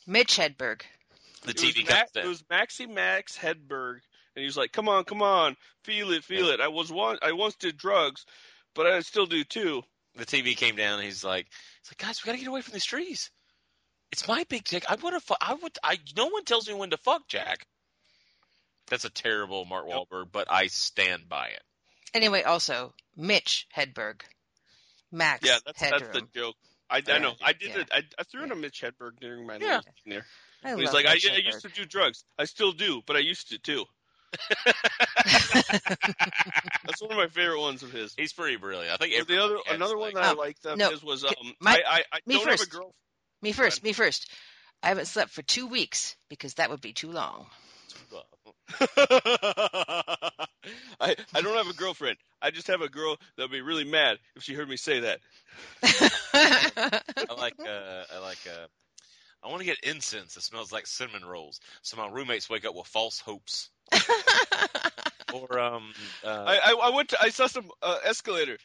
B: Mitch Hedberg.
C: the
D: It was,
C: TV
D: Ma-
C: company.
D: it was Maxi Max Hedberg, and he was like, "Come on, come on, feel it, feel it. I was one. I once did drugs, but I still do too."
C: the TV came down and he's like, he's like, guys, we gotta get away from these trees. It's my big dick. I would have. Fu- I would. I. No one tells me when to fuck Jack. That's a terrible Mark
D: Yep.
C: Wahlberg, but I stand by it.
B: Anyway, also Mitch Hedberg. Max
D: Yeah, that's
B: Headroom.
D: that's the joke. I, I
B: Yeah.
D: know. I did
B: Yeah.
D: it. I, I threw in a Mitch Hedberg during my
C: Yeah.
D: yeah. there.
B: I
D: He's
B: love
D: like, I,
B: Mitch
D: I used to do drugs. I still do, but I used to too. That's one of my favorite ones of his.
C: He's pretty brilliant. I think
D: Well, the other
C: everybody has,
D: another
C: like-
D: one that I
B: Um,
D: liked that
B: no,
D: his was um
B: c- my-
D: I I, I
B: me
D: don't have
B: first.
D: a girl.
B: me first. Me first. I haven't slept for two weeks because that would be too long.
D: I I don't have a girlfriend. I just have a girl that'd be really mad if she heard me say that.
C: I like uh, I like uh, I want to get incense that smells like cinnamon rolls, so my roommates wake up with false hopes. or um, uh,
D: I I, I went to, I saw some uh, escalator.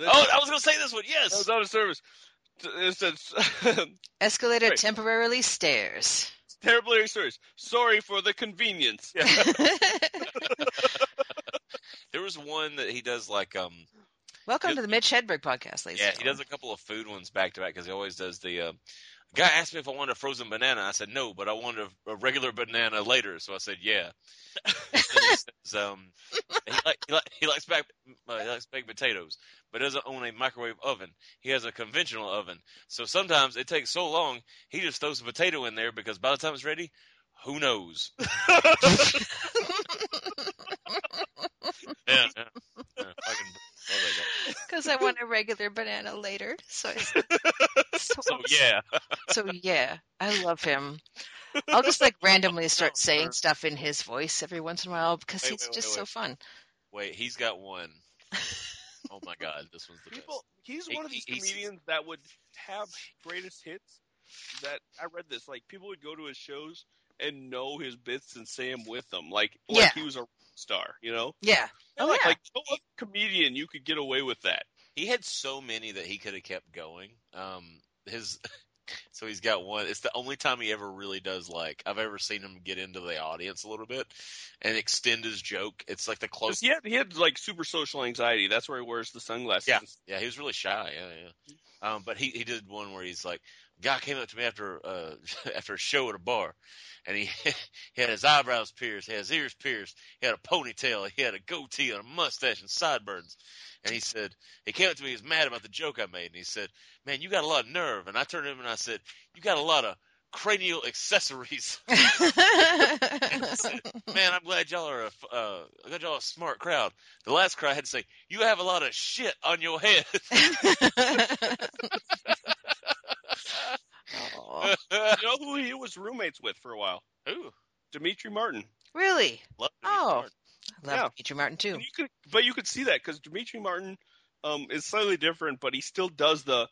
C: oh, I was gonna say this one.
D: that
C: Yes,
D: was out of service. It says
B: Escalator
D: Great.
B: temporarily stairs.
D: terribly serious. Sorry for the convenience.
C: there was one that he does like um,
B: Welcome
C: Yep.
B: to the Mitch Hedberg podcast, ladies.
C: yeah,
B: and
C: he does a couple of food ones back to back because he always does the. Uh, guy asked me if I wanted a frozen banana. I said no, but I wanted a, a regular banana later, so I said yeah. And he says, um, he, like, he, like, he likes back, uh, he likes baked potatoes, but doesn't own a microwave oven. He has a conventional oven, so sometimes it takes so long he just throws a potato in there because by the time it's ready, who knows? yeah, yeah, yeah, fucking love that guy.
B: Because I want a regular banana later. So, I, so,
C: So Oh, yeah,
B: so yeah, I love him. I'll just like randomly start
C: Oh,
B: saying
C: sure.
B: stuff in his voice every once in a while because
C: Wait,
B: he's
C: wait, wait,
B: just so
C: wait.
B: fun.
C: wait, he's got one. Oh my god, this one's the best.
D: People, he's
C: He-
D: one of these
C: he's-
D: comedians that would have greatest hits. That I read this, like people would go to his shows and know his bits and say him with them, like like
B: Yeah.
D: he was a star. You know,
B: Yeah. Oh,
D: like,
B: yeah.
D: like no other comedian you could get away with that.
C: He had so many that he could have kept going. Um, his so he's got one. It's the only time he ever really does like I've ever seen him get into the audience a little bit and extend his joke. It's like the
D: 'Cause
C: closest.
D: He had, he had like super social anxiety. That's where he wears the sunglasses.
C: Yeah, yeah, he was really shy. Yeah, yeah. Um, but he, he did one where he's like, guy came up to me after uh, after a show at a bar, and he he had his eyebrows pierced, he had his ears pierced, he had a ponytail, he had a goatee and a mustache and sideburns, and he said he came up to me, he was mad about the joke I made, and he said, "Man, you got a lot of nerve," and I turned to him and I said, "You got a lot of." Cranial accessories, man. I'm glad y'all are a f- uh, I'm glad y'all are a smart crowd. The last crowd I had to say, "You have a lot of shit on your head."
B: Aw.
D: You know who he was roommates with for a while?
C: Ooh,
D: Dimitri Martin.
B: really?
C: love to be
B: Oh.
C: smart.
B: I love
D: Yeah.
B: Peter Martin too.
D: And you could, but you could see that because Dimitri Martin um, is slightly different, but he still does the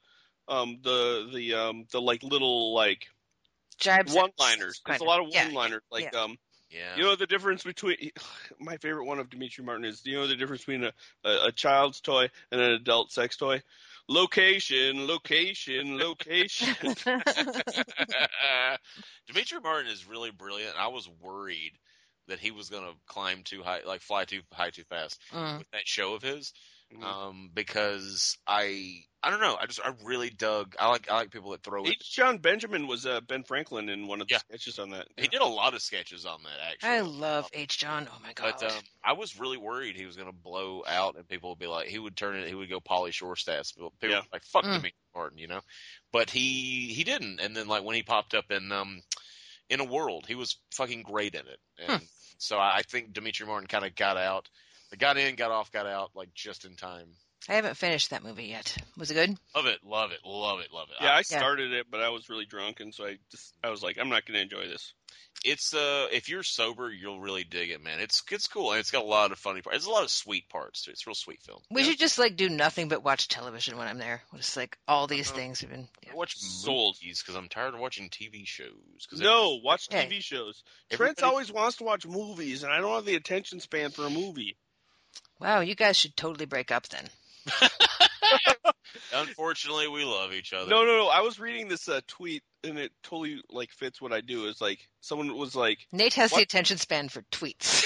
D: um, the the um, the like little like
B: Jibes and-
D: one liners. There's
B: kind
D: a lot of
B: Yeah.
D: one liners. Like um,
C: Yeah.
D: you know the difference between my favorite one of Dimitri Martin is you know the difference between a, a, a child's toy and an adult sex toy. Location, location, location.
C: Dimitri Martin is really brilliant. I was worried that he was going to climb too high, like fly too high too fast
B: Mm.
C: with that show of his,
D: Mhm.
C: um, because I I don't know. I just I really dug. I like I like people that throw it.
D: H. John Benjamin was uh, Ben Franklin in one of the
C: Yeah.
D: sketches on that.
C: He did a lot of sketches on that actually.
B: I love H. John. Oh my god.
C: But um, I was really worried he was going to blow out, and people would be like, he would turn it, he would go Polly Shore stats. People people
D: Yeah.
C: were like, fuck
B: Mm.
C: Dimitri Martin, you know. But he he didn't, and then like when he popped up in um in a world, he was fucking great in it, and so I I think Dimitri Martin kind of got out, got in, got off, got out like just in time.
B: I haven't finished that movie yet. Was it good?
C: Love it, love it, love it, love it.
D: Yeah,
C: I-
D: I started it, but I was really drunk, and so I just I was like, I'm not going to enjoy this.
C: it's uh if you're sober, you'll really dig it, man. It's it's cool, and it's got a lot of funny parts. It's a lot of sweet parts. Too. It's a real sweet film.
B: We should just like do nothing but watch television when I'm there. Just like all these
C: Uh,
D: Uh-huh.
B: things have been.
C: I watch
B: Mm-hmm.
D: Sold.
C: movies because I'm tired of watching TV shows. 'cause
D: Mm-hmm. No, watch
B: Hey.
D: TV shows. Trent
C: Everybody-
D: always wants to watch movies, and I don't have the attention span for a movie.
B: Wow, you guys should totally break up then.
C: Unfortunately, we love each other.
D: No, no, no. I was reading this uh, tweet, and it totally like fits what I do. Is like someone was like,
B: Nate has the
D: What?
B: attention span for tweets.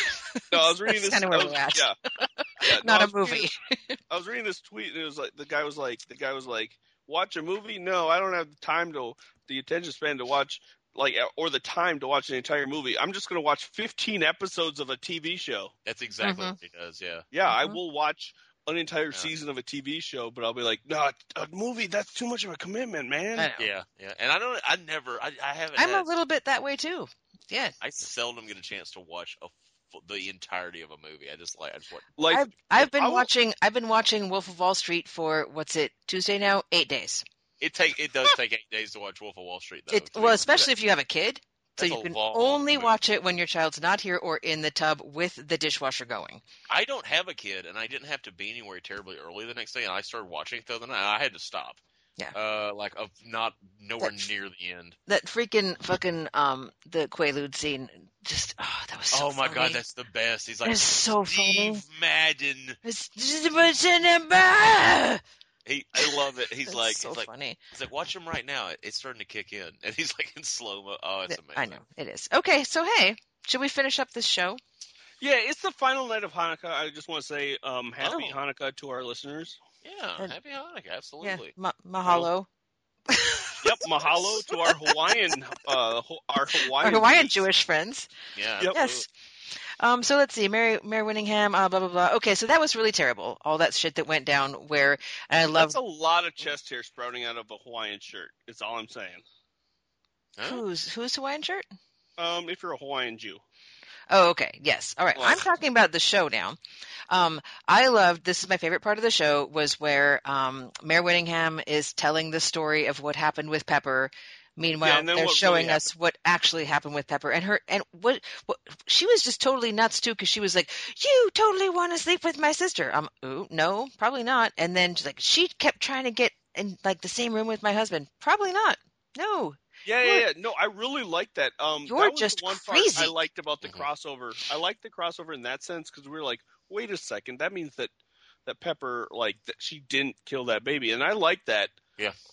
D: no, I was reading
B: That's
D: this.
B: kinda
D: I
B: where
D: was-
B: we're at.
D: Yeah, Yeah, no,
B: Not
D: I
B: a
D: was reading
B: movie.
D: this- I was reading this tweet, and it was like the guy was like, the guy was like, watch a movie? No, I don't have the time to the attention span to watch like or the time to watch an entire movie. I'm just going to watch 15 episodes of a TV show.
C: That's exactly
B: Mhm.
C: what he does. Yeah,
D: Yeah, I
B: Mhm.
D: will watch an entire
C: Yeah.
D: season of a TV show, but I'll be like, no, a movie, that's too much of a commitment, man.
B: I know.
C: yeah, yeah. And I don't. I never. I, I haven't.
B: I'm
C: had,
B: a little bit that way too. Yeah.
C: I seldom get a chance to watch a, f- the entirety of a movie. I just like. I just watch.
D: Like,
B: I've I've been
D: I will-
B: watching I've been watching Wolf of Wall Street for what's it Tuesday now eight days.
C: It take. It does take eight days to watch Wolf of Wall Street. Though.
B: It,
C: to
B: well,
C: me.
B: especially if you have a kid, so
C: That's
B: you
C: a
B: can
C: long
B: only
C: movie.
B: watch it when your child's not here or in the tub with the dishwasher going.
C: I don't have a kid, and I didn't have to be anywhere terribly early the next day. And I started watching it the other night. I had to stop.
B: Yeah.
C: Uh, like of not nowhere
B: That's-
C: near the end.
B: That freaking fucking um the Quaalude scene, just oh that was so
C: oh my god,
B: funny.
C: that's the best. He's like
B: That's so funny.
C: Steve Madden.
B: It's just a bunch of number.
C: He, I love it. He's
B: That's
C: like,
B: so
C: he's like,
B: funny.
C: It's like, watch him right now. It, it's starting to kick in. And he's like in slow mo. Oh, it's amazing.
B: I know it is okay. So hey, should we finish up this show?
D: yeah, it's the final night of Hanukkah. I just want to say um, happy
C: Oh.
D: Hanukkah to our listeners.
C: Yeah.
B: And-
C: happy Hanukkah.
B: Yeah,
C: Absolutely.
B: ma- mahalo.
D: Yep, mahalo to our Hawaiian, uh, ho- our Hawaiian,
B: Our Hawaiian
D: peeps.
B: Jewish friends.
C: Yeah.
D: Yep.
B: Yes. Um, so let's see, Mary, Mary Winningham, uh, blah blah blah. Okay, so that was really terrible. All that shit that went down. Where and I love
D: That's a lot of chest hair sprouting out of a Hawaiian shirt. Is all I'm saying.
C: Huh?
B: who's who's Hawaiian shirt.
D: Um, if you're a Hawaiian Jew,
B: Oh, okay. Yes. All right.
D: Well-
B: I'm talking about the show now. Um, I loved this is my favorite part of the show was where um, Mayor Whittingham is telling the story of what happened with Pepper. Meanwhile,
D: Yeah, and then
B: they're
D: what
B: showing
D: really
B: us what actually happened with Pepper and her and what, what she was just totally nuts too because she was like, "You totally want to sleep with my sister?" Um, ooh, no, probably not. And then she's like, she kept trying to get in like the same room with my husband. Probably not. No,
D: Yeah, yeah, yeah. No, I really like that. Um,
B: You're
D: that was
B: just
D: the one
B: crazy.
D: part I liked about the
C: Mhm.
D: crossover. I liked the crossover in that sense because we were like, wait a second, that means that that Pepper like that she didn't kill that baby, and I like that.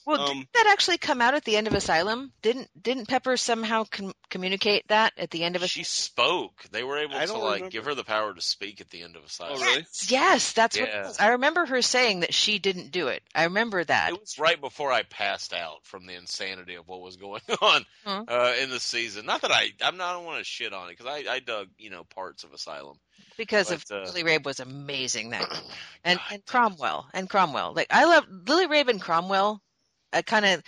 B: Well,
D: Um,
B: didn't that actually come out at the end of Asylum? Didn't didn't Pepper somehow com- communicate that at the end of
C: she
B: Asylum?
C: spoke. They were able
D: I
C: to
D: don't
C: like
D: remember.
C: give her the power to speak at the end of Asylum.
D: Oh, really?
B: Yes, that's what it
C: Yeah.
B: was. I remember her saying that she didn't do it. I remember that.
C: It was right before I passed out from the insanity of what was going on
B: Hmm.
C: uh, in the season. Not that I, I'm not, I don't want to shit on it because I, I dug, you know, parts of Asylum.
B: because of
C: But, uh,
B: Lily Rabe was amazing that year. and
C: God
B: and Cromwell and Cromwell like I love Lily Rabe and Cromwell uh, kind of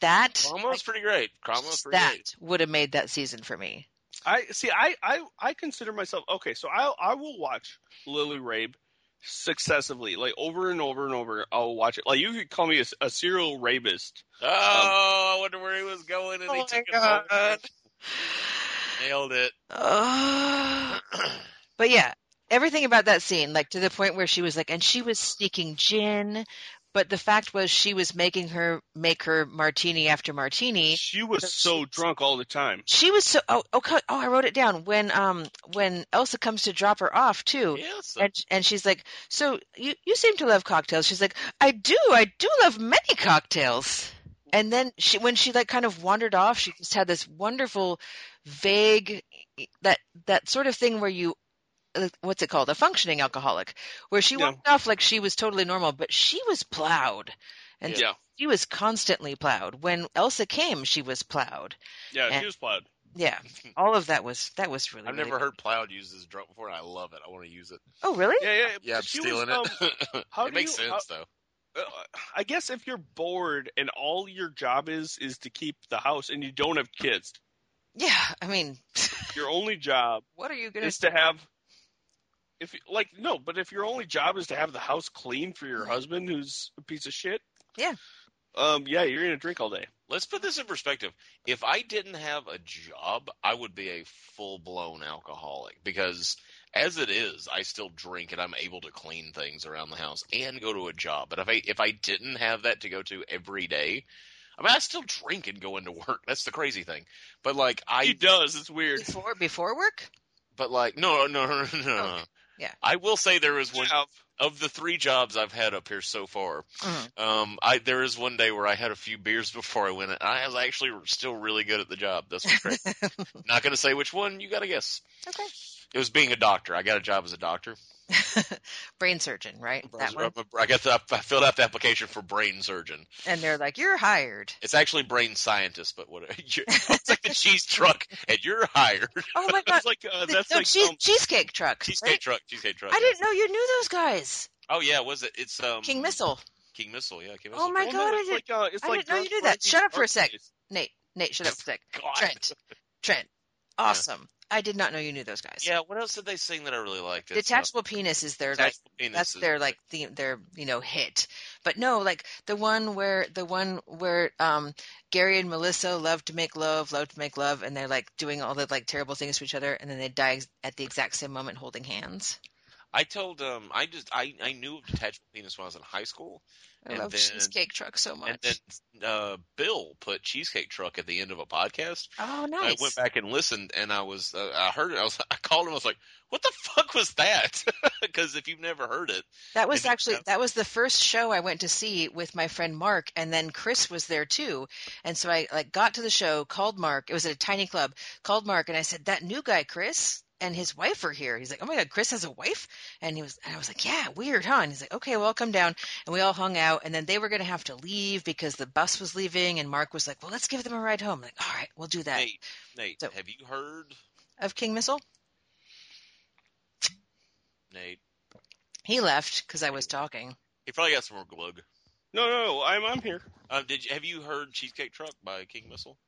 B: that
C: Cromwell's pretty great. Cromwell's pretty
B: that
C: great.
B: would have made that season for me
D: I see. I I, I consider myself okay. So I I will watch Lily Rabe successively, like over and over and over. I'll watch it. Like you could call me a, a serial rapist.
C: Oh,
B: Um,
C: I wonder where he was going,
B: oh
C: and he took it over. Nailed it.
B: Ugh. but yeah everything about that scene like to the point where she was like and she was sneaking gin but the fact was she was making her make her martini after martini
D: She was so drunk all the time.
B: she was so oh okay oh I wrote it down when um when Elsa comes to drop her off too
C: Yes.
B: and and she's like, "So you you seem to love cocktails." She's like, "I do, I do love many cocktails." And then she, when she like kind of wandered off, she just had this wonderful, vague, that that sort of thing where you, uh, what's it called, a functioning alcoholic, where she
D: Yeah.
B: walked off like she was totally normal, but she was plowed, and
D: Yeah.
B: she was constantly plowed. When Elsa came, she was plowed.
D: Yeah,
B: And-
D: she was plowed.
B: Yeah, all of that was that was really.
C: I've
B: really
C: never heard Plowed use this drug before, and I love it. I want to use it.
B: Oh, really?
D: Yeah, yeah.
C: Yeah, I'm
D: she
C: stealing
D: was, um,
C: it.
D: how
C: it
D: do
C: makes
D: you-
C: sense, though.
D: uh, I guess if you're bored and all your job is is to keep the house and you don't have kids,
B: Yeah, I mean,
D: your only job
B: what are you gonna?
D: is to have if like no, but if your only job is to have the house clean for your husband who's a piece of shit,
B: Yeah.
D: Um yeah, you're going to drink all day.
C: Let's put this in perspective. If I didn't have a job, I would be a full blown alcoholic because as it is, I still drink and I'm able to clean things around the house and go to a job. But if I if I didn't have that to go to every day, I mean I still drink and go into work. That's the crazy thing. But like I
D: he does. It's weird.
B: before before work?
C: but like no no no no no. no.
B: Yeah.
C: I will say there is one
D: Yeah.
C: of the three jobs I've had up here so far,
B: Mhm.
C: um, I there is one day where I had a few beers before I went, and I was actually still really good at the job. That's what's great. Not going to say which one. You got to guess.
B: Okay.
C: It was being a doctor. I got a job as a doctor.
B: Brain surgeon, right? That one.
C: I got the, I filled out the application for brain surgeon.
B: And they're like, "You're hired."
C: It's actually brain scientist, but whatever. You're- It's like the cheese truck, and you're hired.
B: Oh my god.
D: That's like uh,
B: The-
D: that's
B: no,
D: like
B: cheese,
D: um,
B: cheesecake truck.
C: Cheesecake
B: right?
C: truck, cheesecake truck.
B: I
C: yeah.
B: didn't know you knew those guys.
C: Oh yeah, was it? It's um
B: King Missile.
C: King Missile. Yeah, King
B: Oh
C: Missile.
B: my
D: well,
B: God,
D: no,
B: I
D: it's
B: didn't-
D: like, uh, it's
B: I
D: like
B: didn't know you
D: Dark
B: knew that.
D: Knight
B: Shut up for a
D: Dark
B: sec.
D: Knight.
B: Nate. Nate, shut up for a sec.
C: God.
B: Trent. Trent. Awesome. I did not know you knew those guys.
C: Yeah, what else did they sing that I really liked? It's, uh,
B: Detachable penis is their like
C: Detachable Penis
B: that's
C: is-
B: their like theme their you know hit. But no, like the one where the one where um Gary and Melissa love to make love, love to make love, and they're like doing all the like terrible things to each other, and then they die ex- at the exact same moment holding hands.
C: I told um I just I, I knew of detachable penis when I was in high school,
B: I
C: And
B: love
C: then-
B: cheesecake truck so much.
C: and then uh, Bill put cheesecake truck at the end of a podcast.
B: oh,
C: And
B: nice.
C: I went back and listened, and I was uh, I heard it. I was I called him. I was like, "What the fuck was that?" Because if you've never heard it,
B: That was
C: and then-
B: actually that was the first show I went to see with my friend Mark, and then Chris was there too. And so I like got to the show, called Mark. It was at a tiny club. Called Mark, and I said, "That new guy, Chris, and his wife are here." He's like, "Oh my god, Chris has a wife?" And he was, and I was like, "Yeah, weird, huh?" And he's like, "Okay, well, I'll come down." And we all hung out, and then they were going to have to leave because the bus was leaving, and Mark was like, "Well, let's give them a ride home." I'm like, all right, we'll do that.
C: Nate, Nate,
B: So-
C: have you heard
B: Of King Missile,
C: Nate?
B: he left because I was talking.
C: He probably got some more glug.
D: No, no, no, I'm I'm here.
C: Um, did you have you heard cheesecake truck by King Missile?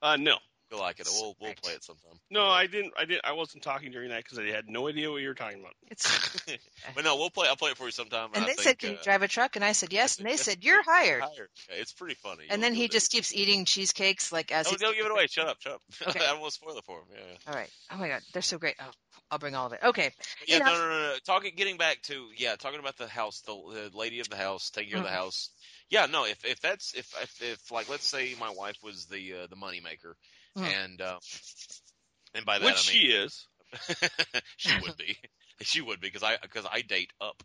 D: Uh no.
C: You like it? We'll we'll
B: Correct.
C: play it sometime.
D: No, I didn't I didn't I wasn't talking during that cuz I had no idea what you were talking about.
B: It's
C: but no, we'll play. I'll play it for you sometime.
B: and
C: I
B: they
C: think,
B: said, "Can
C: uh,
B: you drive a truck?" And I said, "Yes." And they
C: Yes,
B: said, "You're hired."
C: Higher. Yeah, It's pretty funny.
B: And
C: You'll-
B: then he
C: you'll dig
B: just keeps eating cheesecakes like as
C: Oh,
B: he.
C: don't give it away. Shut up. Shut up.
B: Okay.
C: I don't want to spoil it for him. Yeah. yeah.
B: All right. Oh my god, they're so great. Oh, I'll bring all of it. Okay.
C: But yeah.
B: You
C: No,
B: know- Mm-hmm.
C: no, no, no. Talking, getting back to yeah, talking about the house, the, the lady of the house, taking care of the house. yeah, no. If if that's if if, if like let's say my wife was the uh, the moneymaker,
B: Hmm.
C: and uh, and by that
D: Which
C: I mean
D: she is.
C: she would be. She would be because I because I date up.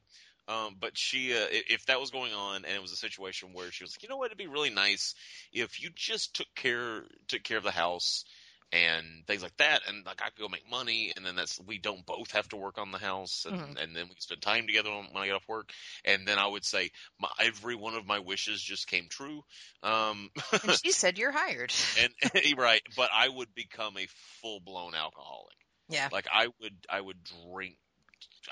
C: Um, but she, uh, i- if that was going on, and it was a situation where she was like, you know what, it'd be really nice if you just took care took care of the house and things like that, and like I could go make money, and then that's we don't both have to work on the house, and,
B: Mhm.
C: and then we can spend time together on- when I get off work, and then I would say my, every one of my wishes just came true. Um,
B: And she said you're hired.
C: and right, but I would become a full blown alcoholic.
B: Yeah. Mm.
C: like I would, I would drink.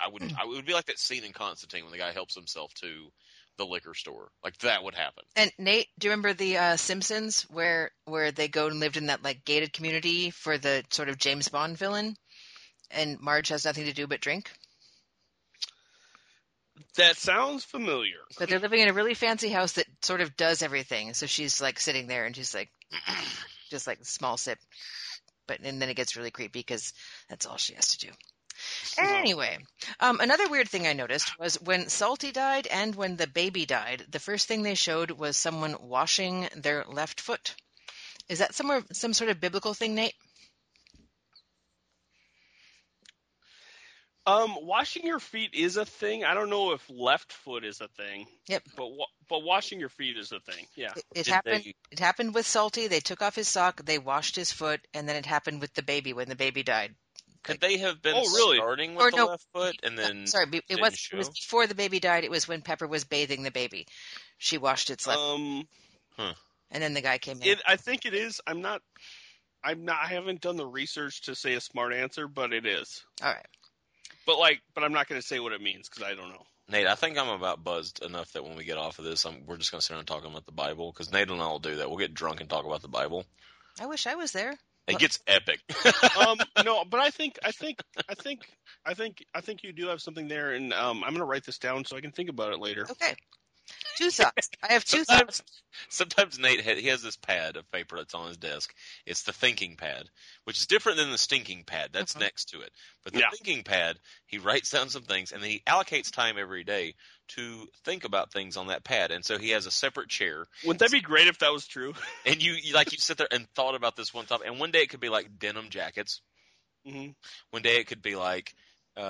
C: I would, I would be like that scene in Constantine when the guy helps himself to the liquor store. Like that would happen.
B: And Nate, do you remember the uh, Simpsons where where they go and lived in that like gated community for the sort of James Bond villain, and Marge has nothing to do but drink,
D: That sounds familiar.
B: but they're living in a really fancy house that sort of does everything. So she's like sitting there and she's like, just like small sip, but and then it gets really creepy because that's all she has to do. Anyway, um, another weird thing I noticed was when Salty died and when the baby died, the first thing they showed was someone washing their left foot. Is that somewhere some sort of biblical thing, Nate?
D: Um, washing your feet is a thing. I don't know if left foot is a thing.
B: Yep.
D: But wa- but washing your feet is a thing. Yeah.
B: It, it
C: Uh, Did
B: happened.
C: they-
B: It happened with Salty. They took off his sock, they washed his foot, and then it happened with the baby when the baby died.
C: Could they have been
D: Oh, really?
C: starting
B: Or
C: with the
B: no.
C: left foot and then?
B: Uh, Sorry, be- it
C: didn't
B: was, it was
C: show?
B: before the baby died. It was when Pepper was bathing the baby. She washed its left,
D: Um,
B: and then the guy came in.
D: it. I think it is. I'm not. I'm not. I haven't done the research to say a smart answer, but it is.
B: All right.
D: But like, but I'm not going to say what it means because I don't know.
C: Nate, I think I'm about buzzed enough that when we get off of this, I'm, we're just gonna sit around talking about the Bible because Nate and I will do that. We'll get drunk and talk about the Bible.
B: I wish I was there.
C: It gets epic.
D: um, no, but I think I think I think I think I think you do have something there, and um, I'm going to write this down so I can think about it later.
B: Okay. Two socks. I have two socks.
C: sometimes, sometimes Nate ha- he has this pad of paper that's on his desk. It's the thinking pad, which is different than the stinking pad that's
B: Mhm.
C: next to it. But the
D: Yeah.
C: thinking pad, he writes down some things and then he allocates time every day to think about things on that pad. And so he has a separate chair,
D: Wouldn't that be great if that was true?
C: and you, you like you sit there and thought about this one topic. And one day it could be like denim jackets.
D: hmm
C: One day it could be like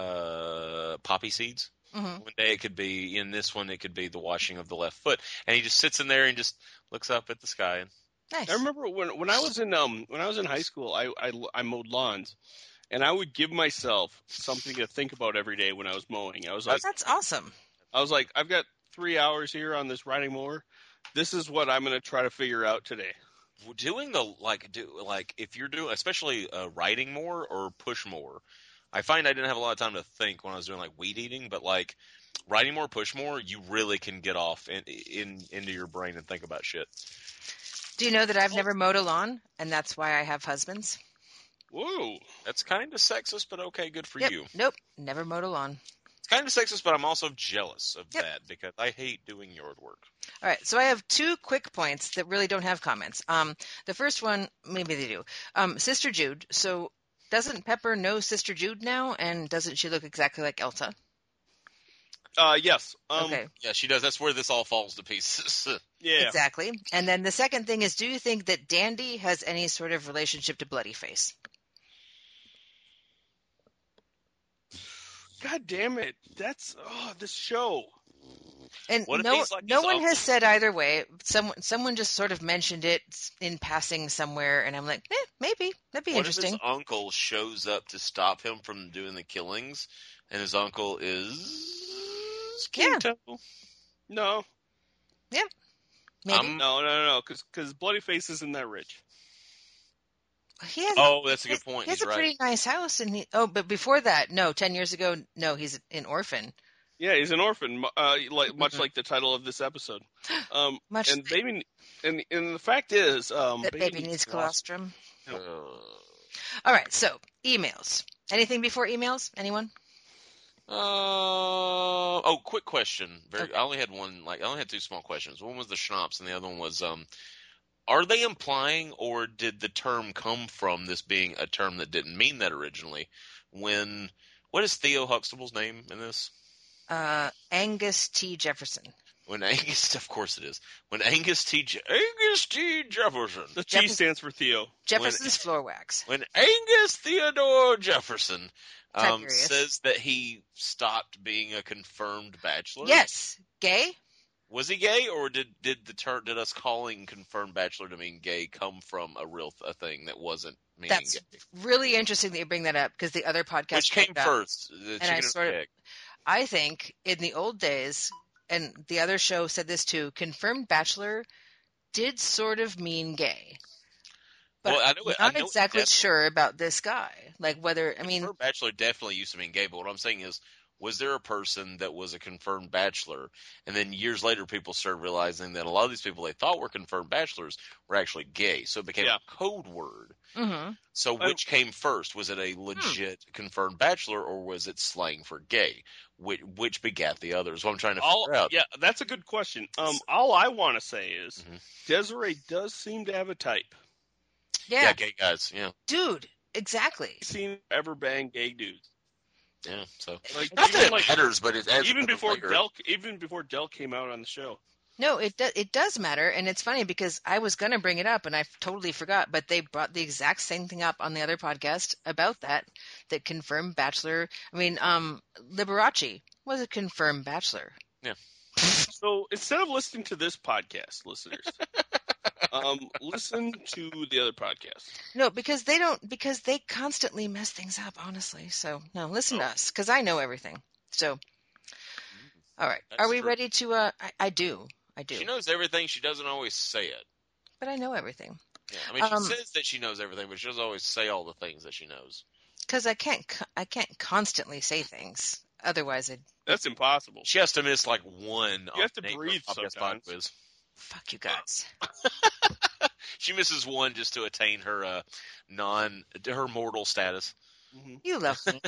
C: uh poppy seeds
B: hmm
C: one day it could be in this one it could be the washing of the left foot and he just sits in there and just looks up at the sky and
B: Nice.
D: I remember when when I was in um when I was in high school, I, I I mowed lawns, and I would give myself something to think about every day when I was mowing. I was like,
B: That's awesome.
D: I was like, I've got three hours here on this riding mower. This is what I'm going to try to figure out today.
C: doing the like do like if you're doing especially uh, writing more or push more i find i didn't have a lot of time to think when i was doing like weed eating but like writing more push more you really can get off in, in into your brain and think about shit
B: Do you know that I've never mowed a lawn, and that's why I have husbands?
D: Whoa!
C: that's kind of sexist but okay good for
B: Yep.
C: you
B: Nope. Never mowed a lawn.
C: it's kind of sexist but i'm also jealous of
B: Yep.
C: that because i hate doing yard work
B: All right, so I have two quick points that really don't have comments. Um, the first one, maybe they do. Um, Sister Jude. So doesn't Pepper know Sister Jude now, and doesn't she look exactly like Elsa?
D: Uh, yes. Um,
B: okay,
C: yeah she does that's where this all falls to pieces
D: Yeah.
B: exactly. And then the second thing is, do you think that Dandy has any sort of relationship to Bloody Face?
D: God damn it! That's oh this show.
B: And
C: What if
B: no,
C: he's like
B: no
C: his
B: one
C: uncle?
B: has said either way. Someone, someone just sort of mentioned it in passing somewhere, and I'm like, eh, maybe that'd be
C: what
B: interesting.
C: if his uncle shows up to stop him from doing the killings, and his uncle is
B: Yeah.
C: Kinto?
D: No,
B: Maybe
C: I'm-
D: no, no, no, because because Bloody Face isn't that rich.
B: he has.
C: oh, that's a
B: he has-
C: good point.
B: He has
C: He's
B: a
C: right.
B: pretty nice house, and he. Oh, but before that, no, ten years ago, no, he's an orphan.
D: Yeah, he's an orphan, mu- uh, like much
B: Mhm.
D: like the title of this episode. Um,
B: Much
D: and baby, and and the fact is, um,
B: that baby needs
D: colostrum.
B: colostrum.
C: Uh,
B: All right, so emails. Anything before emails? Anyone?
C: uh, oh, quick question. Very,
B: Okay.
C: I only had one. Like I only had two small questions. One was the schnapps, and the other one was um. Are they implying, or did the term come from this being a term that didn't mean that originally? When what is Theo Huxtable's name in this?
B: Uh, Angus T. Jefferson.
C: When Angus, of course it is. When Angus T. Je- Angus T. Jefferson.
D: The T
B: Jefferson-
D: stands for Theo.
B: Jefferson's floor wax.
C: When Angus Theodore Jefferson um,
B: Tiberius.
C: says that he stopped being a confirmed bachelor.
B: Yes, gay.
C: Was he gay, or did did the term did us calling confirmed bachelor to mean gay come from a real th- a thing that wasn't meaning
B: That's
C: gay?
B: really interesting that you bring that up because the other podcast
C: Which came
B: brought that up.
C: first, the chicken
B: I
C: or the
B: sort of-
C: egg?
B: I think in the old days, and the other show said this too, confirmed bachelor did sort of mean gay. But
C: Well, I know it- I
B: I'm not
C: know it
B: exactly
C: definitely-
B: sure about this guy. Like whether I mean
C: confirmed bachelor definitely used to mean gay, but what I'm saying is, was there a person that was a confirmed bachelor, and then years later people started realizing that a lot of these people they thought were confirmed bachelors were actually gay, so it became
D: Yeah.
C: a code word.
B: mhm.
C: So
D: Oh.
C: which came first? Was it a legit confirmed bachelor, or was it slang for gay? Which which begat the other? Is what I'm trying to
D: All,
C: figure out.
D: yeah, that's a good question. Um, all I want to say is
C: Mhm.
D: Desiree does seem to have a type.
B: yeah,
C: yeah, gay guys. Yeah,
B: dude, exactly.
D: She seems to ever bang gay dudes.
C: yeah. So
D: Like,
C: not
D: even,
C: that it
D: like-
C: matters, but it adds
D: even
C: another
D: before
C: layer.
D: Del, even before Del came out on the show.
B: No, it do, it does matter, and it's funny because I was gonna bring it up and I f- totally forgot. But they brought the exact same thing up on the other podcast about that that confirmed bachelor. I mean, um, Liberace was a confirmed bachelor.
D: So instead of listening to this podcast, listeners, um, listen to the other podcast.
B: No, because they don't because they constantly mess things up, honestly. So no, listen to us because I know everything. So, all right,
C: That's
B: are we
C: true.
B: ready to? Uh, I, I do, I do,
C: She knows everything. She doesn't always say it.
B: but I know everything
C: Yeah, I mean, she
B: Um,
C: says that she knows everything, but she doesn't always say all the things that she knows.
B: because I can't co- I can't constantly say things. Otherwise, I'd
D: That's impossible.
C: She has to miss like one.
D: You have to
C: on Nate
D: breathe
C: Ruffalo's
D: sometimes.
C: quiz.
B: fuck you guys.
C: She misses one just to attain her uh, non her mortal status.
D: Mhm.
B: You love me.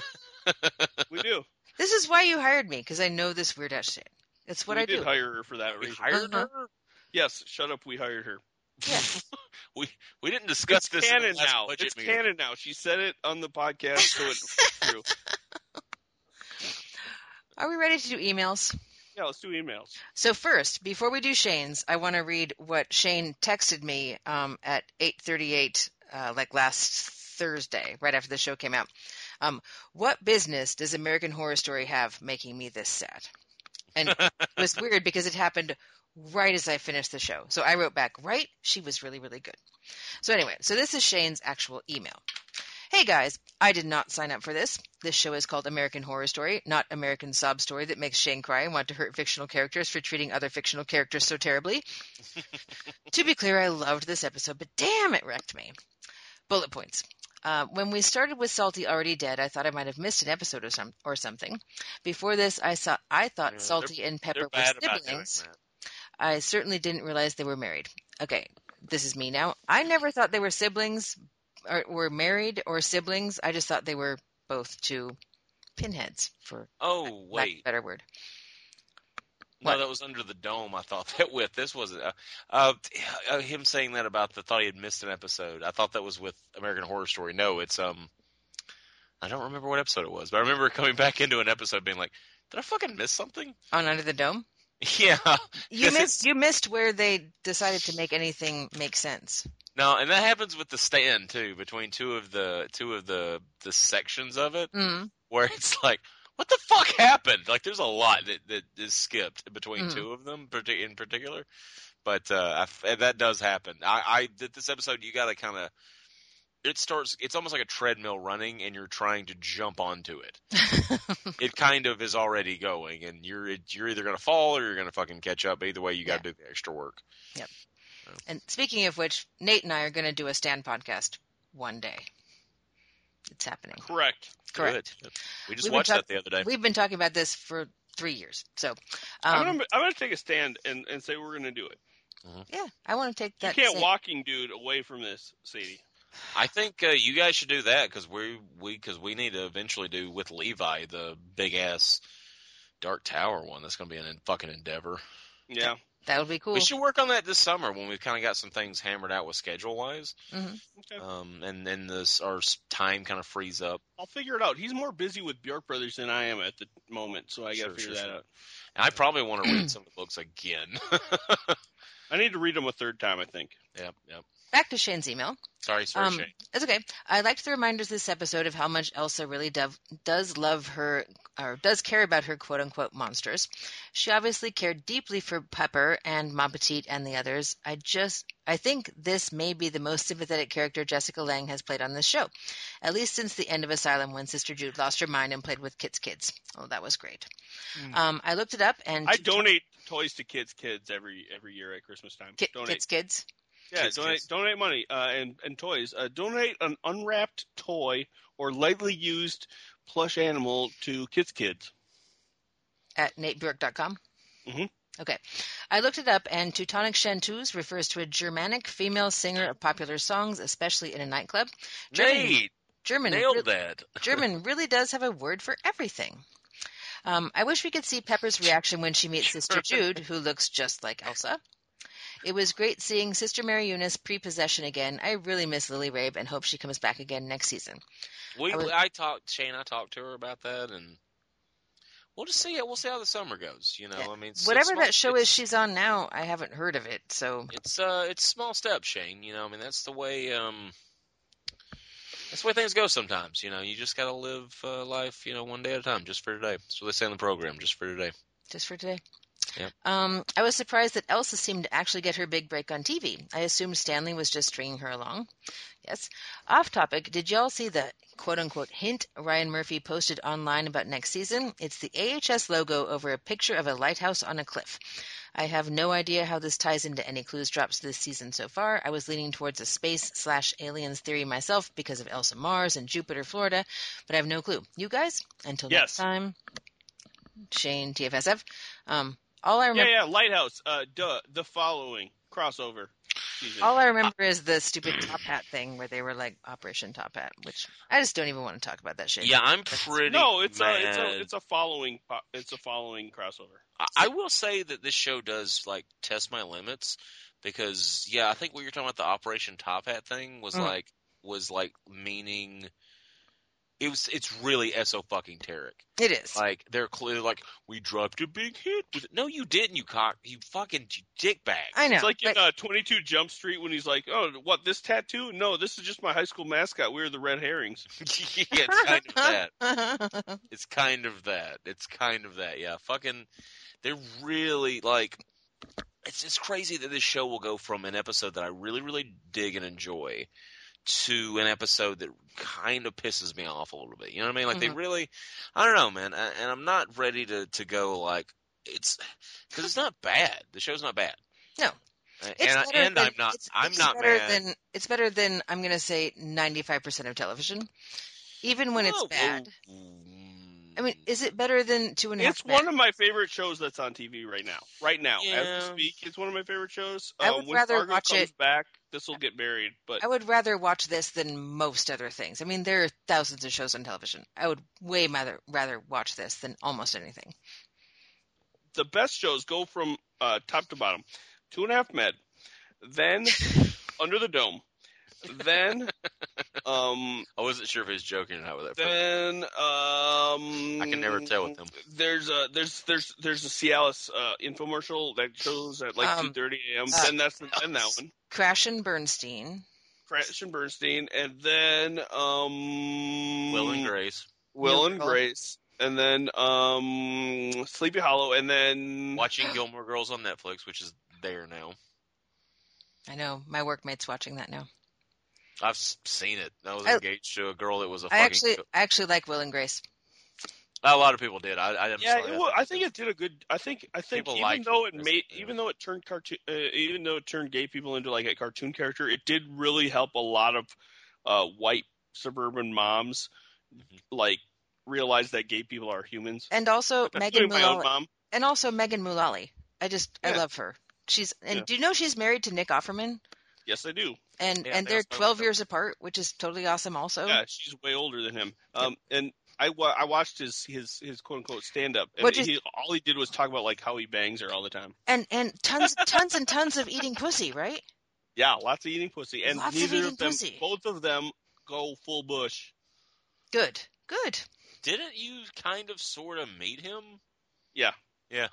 D: We do.
B: this is why you hired me because I know this weird ass shit. It's what
D: we
B: I
D: did
B: do.
D: hire her for that
C: We
D: reason.
C: hired
B: Uh-huh.
C: her.
D: Yes, shut up. We hired her.
B: Yeah.
C: we we didn't discuss this in the
D: canon
C: last
D: now.
C: budget
D: It's
C: meeting.
D: canon now. She said it on the podcast, so it's true.
B: Are we ready to do emails?
D: Yeah, let's do emails.
B: So first, before we do Shane's, I want to read what Shane texted me um, at 8:38, uh, like last Thursday, right after the show came out. Um, what business does American Horror Story have making me this sad? And it was weird because it happened right as I finished the show. So I wrote back, right? She was really, really good. So anyway, so this is Shane's actual email. Hey guys, I did not sign up for this. This show is called American Horror Story, not American Sob Story that makes Shane cry and want to hurt fictional characters for treating other fictional characters so terribly. to be clear, I loved this episode, but damn, it wrecked me. Bullet points. Uh, when we started with Salty already dead, I thought I might have missed an episode or, some, or something. Before this, I saw I thought
C: Yeah,
B: Salty and Pepper
C: They're
B: were
C: bad about doing
B: siblings.
C: that.
B: I certainly didn't realize they were married. Okay, this is me now. I never thought they were siblings or were married or siblings. I just thought they were both two pinheads for
C: Oh
B: lack of
C: wait,
B: a better word.
C: no,
B: what?
C: that was under the dome. I thought that with this wasn't uh, uh, uh, him saying that about the thought he had missed an episode. I thought that was with American Horror Story. No, it's um, I don't remember what episode it was, but I remember coming back into an episode being like, "Did I fucking miss something?"
B: On Under the Dome?
C: Yeah,
B: You
C: Yes,
B: missed you missed where they decided to make anything make sense.
C: no, and that happens with the stand too between two of the two of the the sections of it.
B: Mm.
C: where it's like, what the fuck happened? Like, there's a lot that, that is skipped between
B: Mhm.
C: two of them, parti- in particular. But uh, I f that does happen. I, I did this episode. You got to kind of. It starts. It's almost like a treadmill running, and you're trying to jump onto it. it kind of is already going, and you're it, you're either gonna fall or you're gonna fucking catch up. Either way, you got to do the extra work.
B: And speaking of which, Nate and I are going to do a stand podcast one day. It's happening.
D: Correct.
B: Correct.
C: Good. We just
B: We've been
C: watched
B: talk-
C: that the other day.
B: We've been talking about this for three years. So,
D: I'm
B: um,
D: gonna I'm gonna take a stand and, and say we're gonna do it.
B: yeah, I want to take
D: You
B: that.
D: can't
B: same-
D: walking dude away from this, Sadie.
C: I think uh, you guys should do that because we we because we need to eventually do with Levi the big ass Dark Tower one. That's going to be an in, fucking endeavor.
D: Yeah.
B: That would be cool.
E: We should work on that this summer when we've kind of got some things hammered out with schedule wise,
B: Mm-hmm.
D: Okay.
E: um, and then this our s- time kind of frees up.
D: I'll figure it out. He's more busy with Bjork Brothers than I am at the moment, so I got to
E: Sure,
D: figure
E: sure,
D: that
E: sure.
D: out.
E: And I probably want to read some of the books again.
D: I need to read them a third time, I think.
E: yep, yep.
B: Back to Shane's email.
E: Sorry, sorry,
B: Um,
E: Shane.
B: it's okay. I liked the reminders this episode of how much Elsa really dov- does love her, or does care about her quote unquote monsters. She obviously cared deeply for Pepper and Ma Petite and the others. I just, I think this may be the most sympathetic character Jessica Lang has played on this show, at least since the end of Asylum when Sister Jude lost her mind and played with Kit's kids. Oh, that was great. Um, I looked it up and
D: I donate toys to kids' kids every every year at Christmas time.
B: Kit,
D: donate,
B: Kit's kids.
D: yeah,
E: Kids'
D: donate,
E: Kids.
D: donate money uh, and and toys. Uh, donate an unwrapped toy or lightly used plush animal to kids' kids.
B: at natebjork.com?
C: Mm-hmm.
D: Mhm.
B: Okay. I looked it up, and Teutonic Chanteuse refers to a Germanic female singer of popular songs, especially in a nightclub. German,
C: Nate
B: German, re-
C: nailed that.
B: German really does have a word for everything. Um, I wish we could see Pepper's reaction when she meets Sister Jude, who looks just like Elsa. It was great seeing Sister Mary Eunice pre-possession again. I really miss Lily Rabe and hope she comes back again next season.
C: We
B: I
C: I,
B: was-
C: talked Shane. I talked to her about that, and we'll just see it. We'll see how the summer goes. You know,
B: Yeah.
C: I mean, it's-
B: Whatever
C: it's small-
B: that show is
C: it's-
B: she's on now, I haven't heard of it, so
C: it's uh, it's small steps, Shane. You know, I mean, that's the way. Um, that's the way things go sometimes. You know, you just gotta live uh, life. You know, one day at a time, just for today. That's what they say in the program, just for today.
B: just for today.
C: Yep.
B: Um, I was surprised that Elsa seemed to actually get her big break on TV. I assumed Stanley was just stringing her along. Yes. Off topic, did y'all see the quote unquote hint Ryan Murphy posted online about next season? It's the AHS logo over a picture of a lighthouse on a cliff. I have no idea how this ties into any clues drops this season so far. I was leaning towards a space slash aliens theory myself because of Elsa Mars and Jupiter, Florida, but I have no clue. You guys? Until
D: Yes.
B: next time. Shane TFSF. Um, all I
D: Yeah,
B: remember,
D: yeah, Lighthouse. Uh, duh, the following crossover. Season.
B: all
C: Uh,
B: I remember is the stupid top hat thing where they were like Operation Top Hat, which I just don't even want to talk about that shit.
C: Yeah, I'm pretty.
D: no, it's
C: mad.
D: a it's a it's a following po- it's a following crossover.
C: I- I will say that this show does like test my limits because yeah, I think what you're talking about the Operation Top Hat thing was
B: Mm.
C: like was like meaning it was it's really so fucking terrific.
B: it is.
C: Like they're clear like we dropped a big hit with it. No, you didn't. You cock. You fucking dickbag.
B: I know.
D: It's like
B: but-
D: in uh, 22 Jump Street when he's like, "Oh, what this tattoo? No, this is just my high school mascot. We're the Red Herrings."
C: yeah, it's kind of that. It's kind of that. It's kind of that. Yeah, fucking. They're really like. It's it's crazy that this show will go from an episode that I really really dig and enjoy to an episode that kind of pisses me off a little bit. You know what I mean? Like
B: Mhm.
C: they really. I don't know, man. I, and I'm not ready to to go like it's because it's not bad. The show's not bad.
B: No.
C: And,
B: It's
C: I,
B: better
C: and
B: than-
C: I'm not.
B: it's-
C: I'm
B: it's
C: not
B: better
C: mad.
B: Than, it's better than I'm going to say 95% of television, even when it's
C: Whoa,
B: bad.
C: whoa,
B: I mean,
C: mm.
B: is it better than Two and a Half
D: It's one of my favorite shows that's on TV right now. Right now, as
C: Yeah.
D: we speak, it's one of my favorite shows.
B: I
D: Uh,
B: would
D: when
B: rather
D: Fargo
B: watch
D: comes
B: it-
D: back, this will get buried. But
B: I would rather watch this than most other things. I mean, there are thousands of shows on television. I would way rather rather watch this than almost anything.
D: the best shows go from uh, top to bottom. Two and a Half Men, then Under the Dome, then um,
C: I wasn't sure if he was joking or not with that. first
D: then um, I
C: I can never tell with them.
D: There's a there's there's there's a Cialis uh, infomercial that shows at like
B: Um,
D: two thirty a.m.
B: uh,
D: then that's then that one.
B: Crash and Bernstein.
D: Crash and Bernstein, and then um,
C: Will
B: Mm.
C: and Grace.
D: Will and
B: Gilmore Girls.
D: Grace, and then um, Sleepy Hollow, and then
C: Watching Gilmore Girls on Netflix, which is there now.
B: I know my workmate's watching that now.
C: I've s- seen it. I was
B: I-
C: engaged to a girl that was a
B: I
C: fucking.
B: actually I actually like Will and Grace.
C: a lot of people did. I, I am
D: yeah,
C: sorry.
D: it wa- I think it did a good. I think I think
C: People
D: even
C: liked
D: though
C: it.
D: it made
C: Yeah.
D: even though it turned cartoon uh, even though it turned gay people into like a cartoon character, it did really help a lot of uh, white suburban moms
C: Mhm.
D: like realize that gay people are humans.
B: And also Megan
D: Including my own
B: Mullally.
D: mom.
B: And also Megan Mullally. I just I
D: Yeah.
B: love her. She's and
D: Yeah.
B: do you know she's married to Nick Offerman?
D: Yes, I do.
B: And
C: Yeah,
B: and
C: they
B: they're
C: also-
B: Oh. twelve years apart, which is totally awesome also.
D: Yeah, she's way older than him. Um, and I, wa- I watched his his his quote unquote stand up, and
B: What is-
D: he, all he did was talk about like how he bangs her all the time.
B: And and tons tons and tons of eating pussy, right?
D: Yeah, lots of eating pussy, and
B: Lots of
D: neither
B: eating
D: them,
B: pussy.
D: both of them, go full bush.
B: Good. Good.
C: Didn't you kind of sort of meet him?
D: Yeah,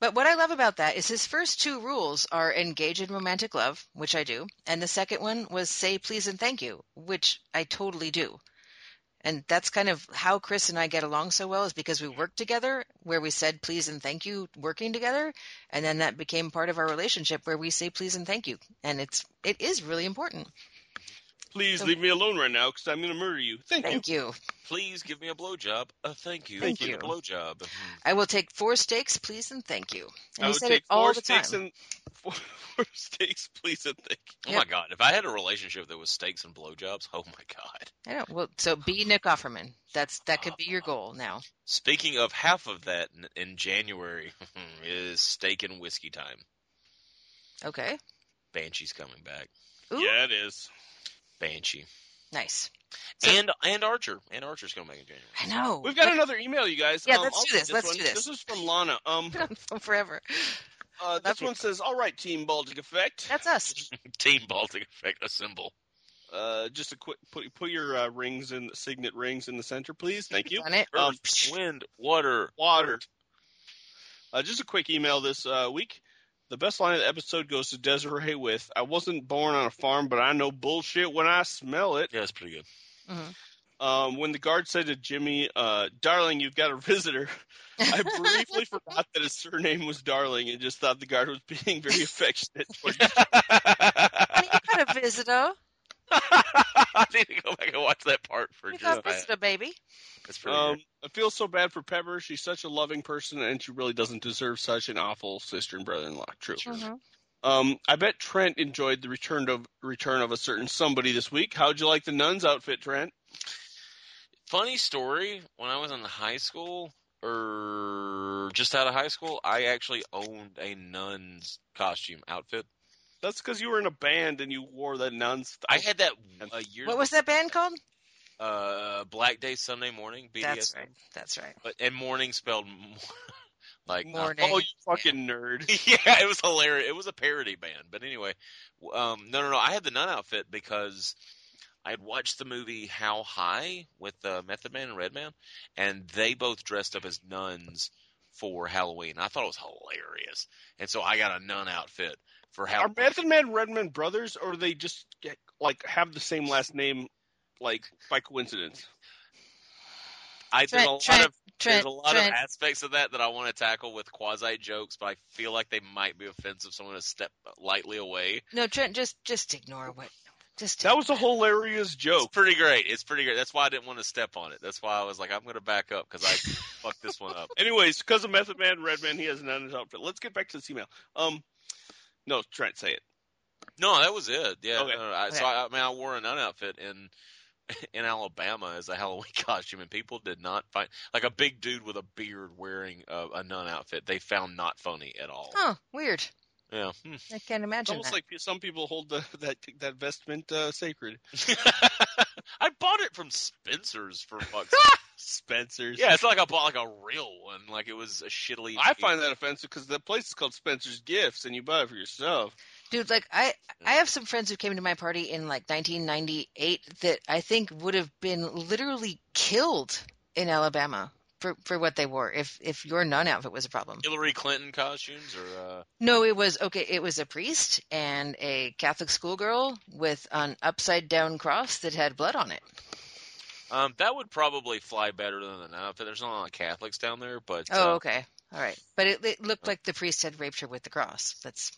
B: But what I love about that is his first two rules are engage in romantic love, which I do, and the second one was say please and thank you, which I totally do. And that's kind of how Chris and I get along so well is because we worked together where we said please and thank you working together, and then that became part of our relationship where we say please and thank you, and it's it is really important.
D: please
B: So-
D: leave me alone right now because I'm gonna murder you. Thank, you.
B: Thank you.
C: Please give me a blowjob. Uh, thank you
B: Thank
C: for
B: you.
C: the blowjob. Hmm.
B: I will take four steaks, please and thank you. And
D: I
B: he
D: would
B: said
D: take
B: it all
D: four
B: the time.
D: steaks and four, four steaks, please and thank you.
C: Oh
B: Yep.
C: my god! If I had a relationship that was steaks and blowjobs, oh my god.
B: I don't. Well, so be Nick Offerman. That's that could be your goal now.
C: Speaking of half of that in, in January is steak and whiskey time.
B: Okay.
C: Banshee's coming back.
B: Ooh,
D: Yeah, it is.
C: Banshee
B: nice. So-
C: and and Archer and Archer's coming back in January.
B: I know.
D: We've got another email, you guys.
B: Yeah,
D: Um,
B: let's
D: I'll
B: do
D: read
B: this. Let's
D: one.
B: do this.
D: This is from Lana. Um,
B: been on film forever.
D: uh, this one says, "All right, Team Baltic Effect.
B: That's us.
C: Team Baltic Effect assemble.
D: Uh, just a quick put put your uh, rings in signet rings in the center, please. Thank you.
B: Done it.
D: Um,
C: Wind, water,
D: water. Uh, just a quick email this uh, week. The best line of the episode goes to Desiree with, "I wasn't born on a farm, but I know bullshit when I smell it."
C: Yeah, that's pretty good.
D: Um, when the guard said to Jimmy, uh, "Darling, you've got a visitor," I briefly forgot that his surname was Darling and just thought the guard was being very affectionate. towards
B: Honey, you got a visitor.
C: I need to go back and watch that part for
B: You
C: just
B: got a
C: that.
B: visitor, baby.
C: That's pretty
D: Um,
C: good.
D: I feel so bad for Pepper. She's such a loving person, and she really doesn't deserve such an awful sister and brother-in-law. True.
B: Mhm.
D: Um, I bet Trent enjoyed the return of return of a certain somebody this week. How'd you like the nun's outfit, Trent?
C: Funny story. When I was in high school or just out of high school, I actually owned a nun's costume outfit.
D: That's because you were in a band and you wore the nun's.
C: I had that uh, years.
B: What was that band called?
C: Uh, Black Day Sunday morning. BDS.
B: That's right. That's right.
C: But and morning spelled m- like not-
B: Morning.
D: Oh, you fucking nerd!
C: yeah, it was hilarious. It was a parody band, but anyway, w- um, no, no, no. I had the nun outfit because I had watched the movie How High with uh, Method Man and Redman, and they both dressed up as nuns for Halloween. I thought it was hilarious, and so I got a nun outfit for
D: Are
C: Halloween.
D: Method Man and Redman brothers, or they just get, like have the same last name, like by coincidence?
C: I, there's a
B: Trent,
C: lot
B: Trent,
C: of
B: Trent,
C: there's a lot
B: Trent.
C: of aspects of that that I want to tackle with quasi jokes, but I feel like they might be offensive. So I'm going to step lightly away.
B: No, Trent, just just ignore what. Just
D: That was a hilarious joke.
C: It's pretty great. It's pretty great. That's why I didn't want to step on it. That's why I was like, I'm going to back up because I fucked this one up.
D: Anyways, because of Method Man, Redman, he has an nun's outfit. Let's get back to this email. Um, no, Trent, say it.
C: No, that was it. Yeah.
D: Okay.
C: no, no, I,
B: Okay.
C: So I, I mean, I wore a nun outfit in in Alabama as a Halloween costume, and people did not find like a big dude with a beard wearing a, a nun outfit. They found not funny at all.
B: Huh. Weird.
C: Yeah. Hmm.
B: I can't
D: It's
B: imagine
D: almost
B: that.
D: like some people hold the, that that vestment uh, sacred.
C: I bought it from Spencer's for fuck's
D: Spencer's.
C: Yeah, it's not like I bought like a real one. Like it was a shittily.
D: I find that offensive because the place is called Spencer's Gifts, and you buy it for yourself.
B: Dude, like I, I have some friends who came to my party in like 1998 that I think would have been literally killed in Alabama for, for what they wore if if your nun outfit was a problem.
C: Hillary Clinton costumes or uh,
B: No, it was okay. It was a priest and a Catholic schoolgirl with an upside down cross that had blood on it.
C: um, that would probably fly better than an outfit. There's not a lot of Catholics down there, but
B: Oh,
C: uh,
B: okay, all right. But it, it looked like the priest had raped her with the cross. That's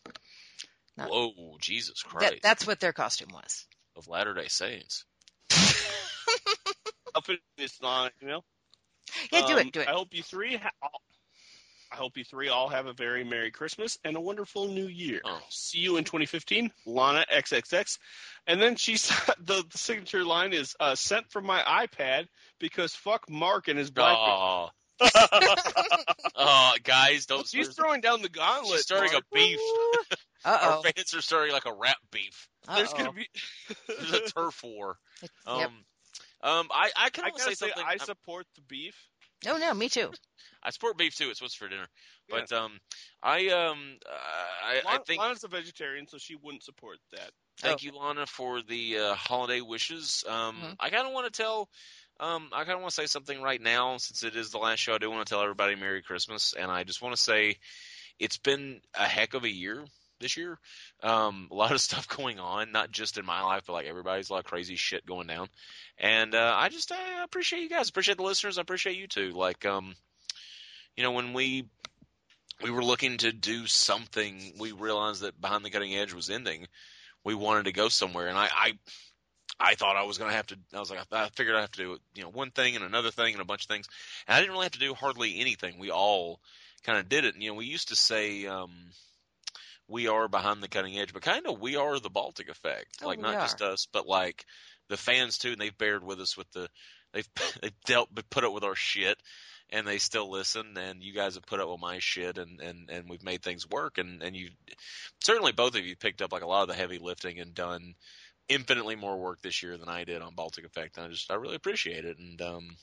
B: not-
C: whoa, Jesus Christ
B: that, that's what their costume was.
C: of Latter Day Saints.
D: Outfit is not, you know.
B: Yeah, do
D: Um,
B: it, do it.
D: I hope you three. Ha- all- I hope you three all have a very merry Christmas and a wonderful New Year.
C: Oh.
D: See you in 2015, Lana XXX. And then she's the, the signature line is uh, sent from my iPad because fuck Mark and his black.
C: Oh, oh, guys, don't.
D: She's
C: stir-
D: throwing down the gauntlet.
C: she's starting
D: Mark.
C: a beef.
B: Uh
C: Our fans are starting like a rap beef.
B: oh.
D: There's gonna be
C: There's a turf war. Um,
B: Yep.
C: Um, I I can
D: I
C: only
D: gotta
C: say
D: say,
C: something.
D: I
C: I,
D: support the beef.
B: Oh no, me too.
C: I support beef too. It's what's for dinner.
D: Yeah.
C: But um, I um, uh, I, I
D: Lon-
C: think
D: Lana's a vegetarian, so she wouldn't support that.
C: Thank you, Lana, for the uh, holiday wishes. Um,
B: Mhm.
C: I kind of want to tell, um, I kind of want to say something right now since it is the last show. I do want to tell everybody Merry Christmas, and I just want to say it's been a heck of a year this year. Um, a lot of stuff going on, not just in my life, but like everybody's a lot of crazy shit going down. And uh, I just I appreciate you guys, appreciate the listeners, I appreciate you too. Like, um, you know, when we we were looking to do something, we realized that behind the cutting edge was ending we wanted to go somewhere and i i, I thought i was going to have to i was like I, I figured i have to do you know one thing and another thing and a bunch of things and i didn't really have to do hardly anything we all kind of did it and you know we used to say um we are behind the cutting edge but kind of we are the baltic effect
B: Oh,
C: like
B: we
C: not just us but like the fans too and they've bared with us with the they've they dealt but put up with our shit and they still listen and you guys have put up with my shit and and and we've made things work and and you certainly both of you picked up like a lot of the heavy lifting and done infinitely more work this year than I did on Baltic Effect. And I just I really appreciate it. And um,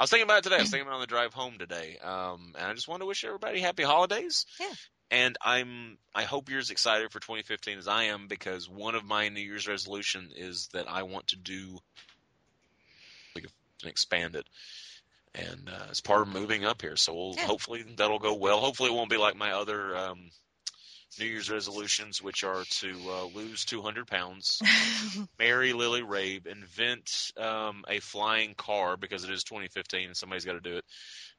C: I was thinking about it today. I
B: Mm-hmm.
C: was thinking about it on the drive home today. Um, and I just want to wish everybody happy holidays.
B: Yeah.
C: And I'm I hope you're as excited for 2015 as I am because one of my New Year's resolution is that I want to do like and expand it. And uh, it's part of moving up here, so we'll,
B: Yeah.
C: hopefully that'll go well. Hopefully it won't be like my other um, New Year's resolutions, which are to uh, lose 200 pounds, marry Lily Rabe, invent um, a flying car because it is 2015 and somebody's got to do it,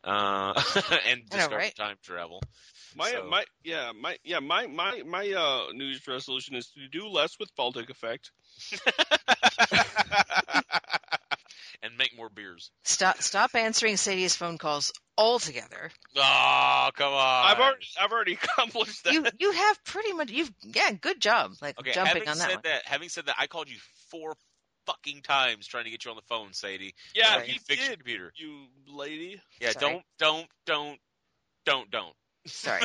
C: uh, and
B: I know,
C: discover
B: right?
C: time travel.
D: My
C: So-
D: my yeah my yeah my my my uh, New Year's resolution is to do less with Baltic Effect.
C: and make more beers.
B: Stop stop answering Sadie's phone calls altogether.
C: Oh, come on!
D: I've already I've already accomplished that.
B: You you have pretty much you've yeah good job like
C: okay.
B: jumping
C: having
B: on that
C: said
B: one.
C: that, having said that, I called you four fucking times trying to get you on the phone, Sadie.
D: yeah,
B: Right.
D: he
C: you fix your
D: did.
C: computer.
D: You lady.
C: Yeah,
B: Sorry.
C: don't, don't, don't, don't, don't.
B: Sorry.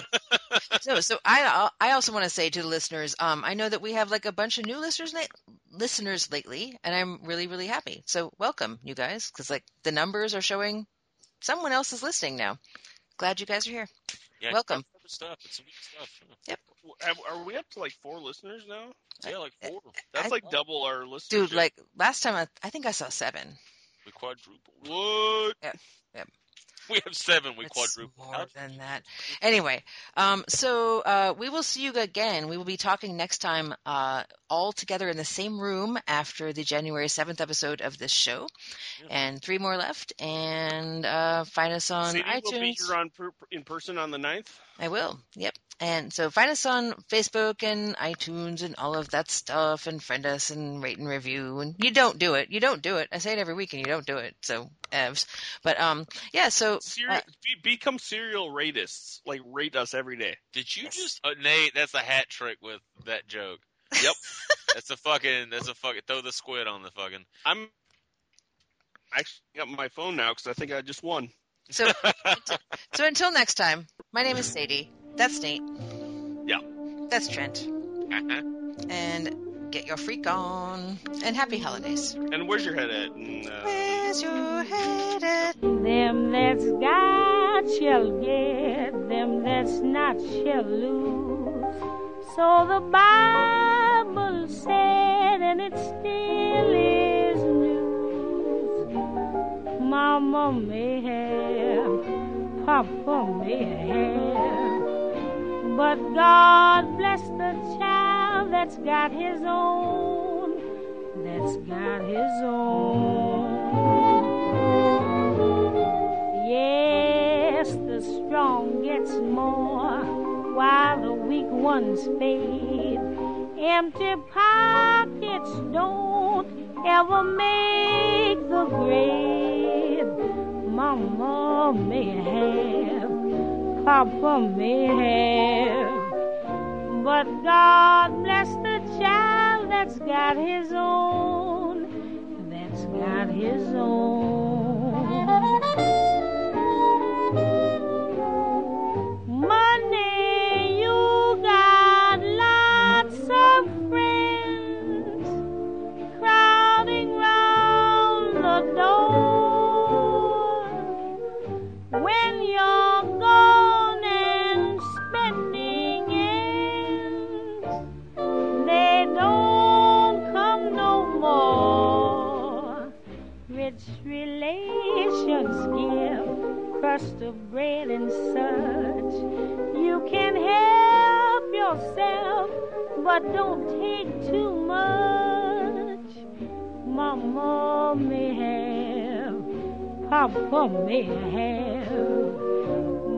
B: so so I I also want to say to the listeners, um, I know that we have like a bunch of new listeners na- listeners lately, and I'm really really happy. So welcome you guys, because like the numbers are showing someone else is listening now. Glad you guys are here.
C: Yeah,
B: Welcome.
C: it's Stuff. It's some good stuff.
D: Have- Are we up to like four listeners now?
B: Uh,
C: Yeah, like four.
D: That's
B: I-
D: like double our listeners.
B: Dude, like last time, I, I think I saw seven.
C: We quadrupled.
D: what?
C: We have seven. We
B: That's
C: quadrupled.
B: more than that. Anyway, um, so uh, we will see you again. We will be talking next time uh, all together in the same room after the January 7th episode of this show. And three more left. And uh, find us on
D: Sadie
B: iTunes.
D: will be here on per, in person on the 9th.
B: I will. Yep. And so find us on Facebook and iTunes and all of that stuff and friend us and rate and review. And you don't do it. You don't do it. I say it every week and you don't do it. So, evs. But um, yeah, so
D: Seri-
B: Uh,
D: be- become serial ratists. Like rate us every day.
C: Did you
B: Yes.
C: just uh, Nate? That's a hat trick with that joke. Yep. that's a fucking. That's a fucking. Throw the squid on the fucking.
D: I'm actually got my phone now because I think I just won.
B: So, so until next time, my name is Sadie. That's Nate.
D: Yeah.
B: That's Trent. And get your freak on. And happy holidays.
D: And where's your head at? And, uh,
B: Where's your head at?
F: Them that's got shall get, them that's not shall lose. So the Bible said, and it still is news. Mama may have, Papa may have, but God bless the child that's got his own, that's got his own. Yes, the strong gets more while the weak ones fade. Empty pockets don't ever make the grade. Mama may have, Papa may have, but God bless the child that's got his own, that's got his own. Money, you got lots of friends crowding round crust of bread and such. You can help yourself, but don't take too much. Mama may have, Papa may have,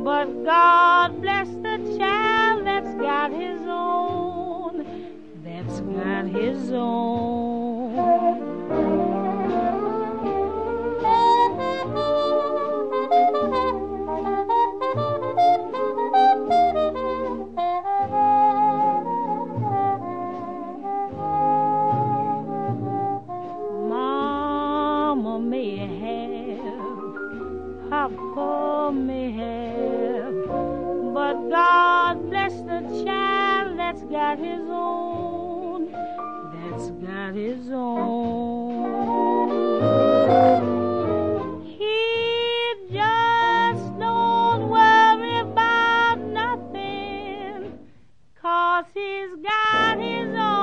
F: but God bless the child that's got his own, that's got his own. Mama may have, Papa may have, but God bless the child that's got his own, that's got his own. He just don't worry about nothing, cause he's got his own.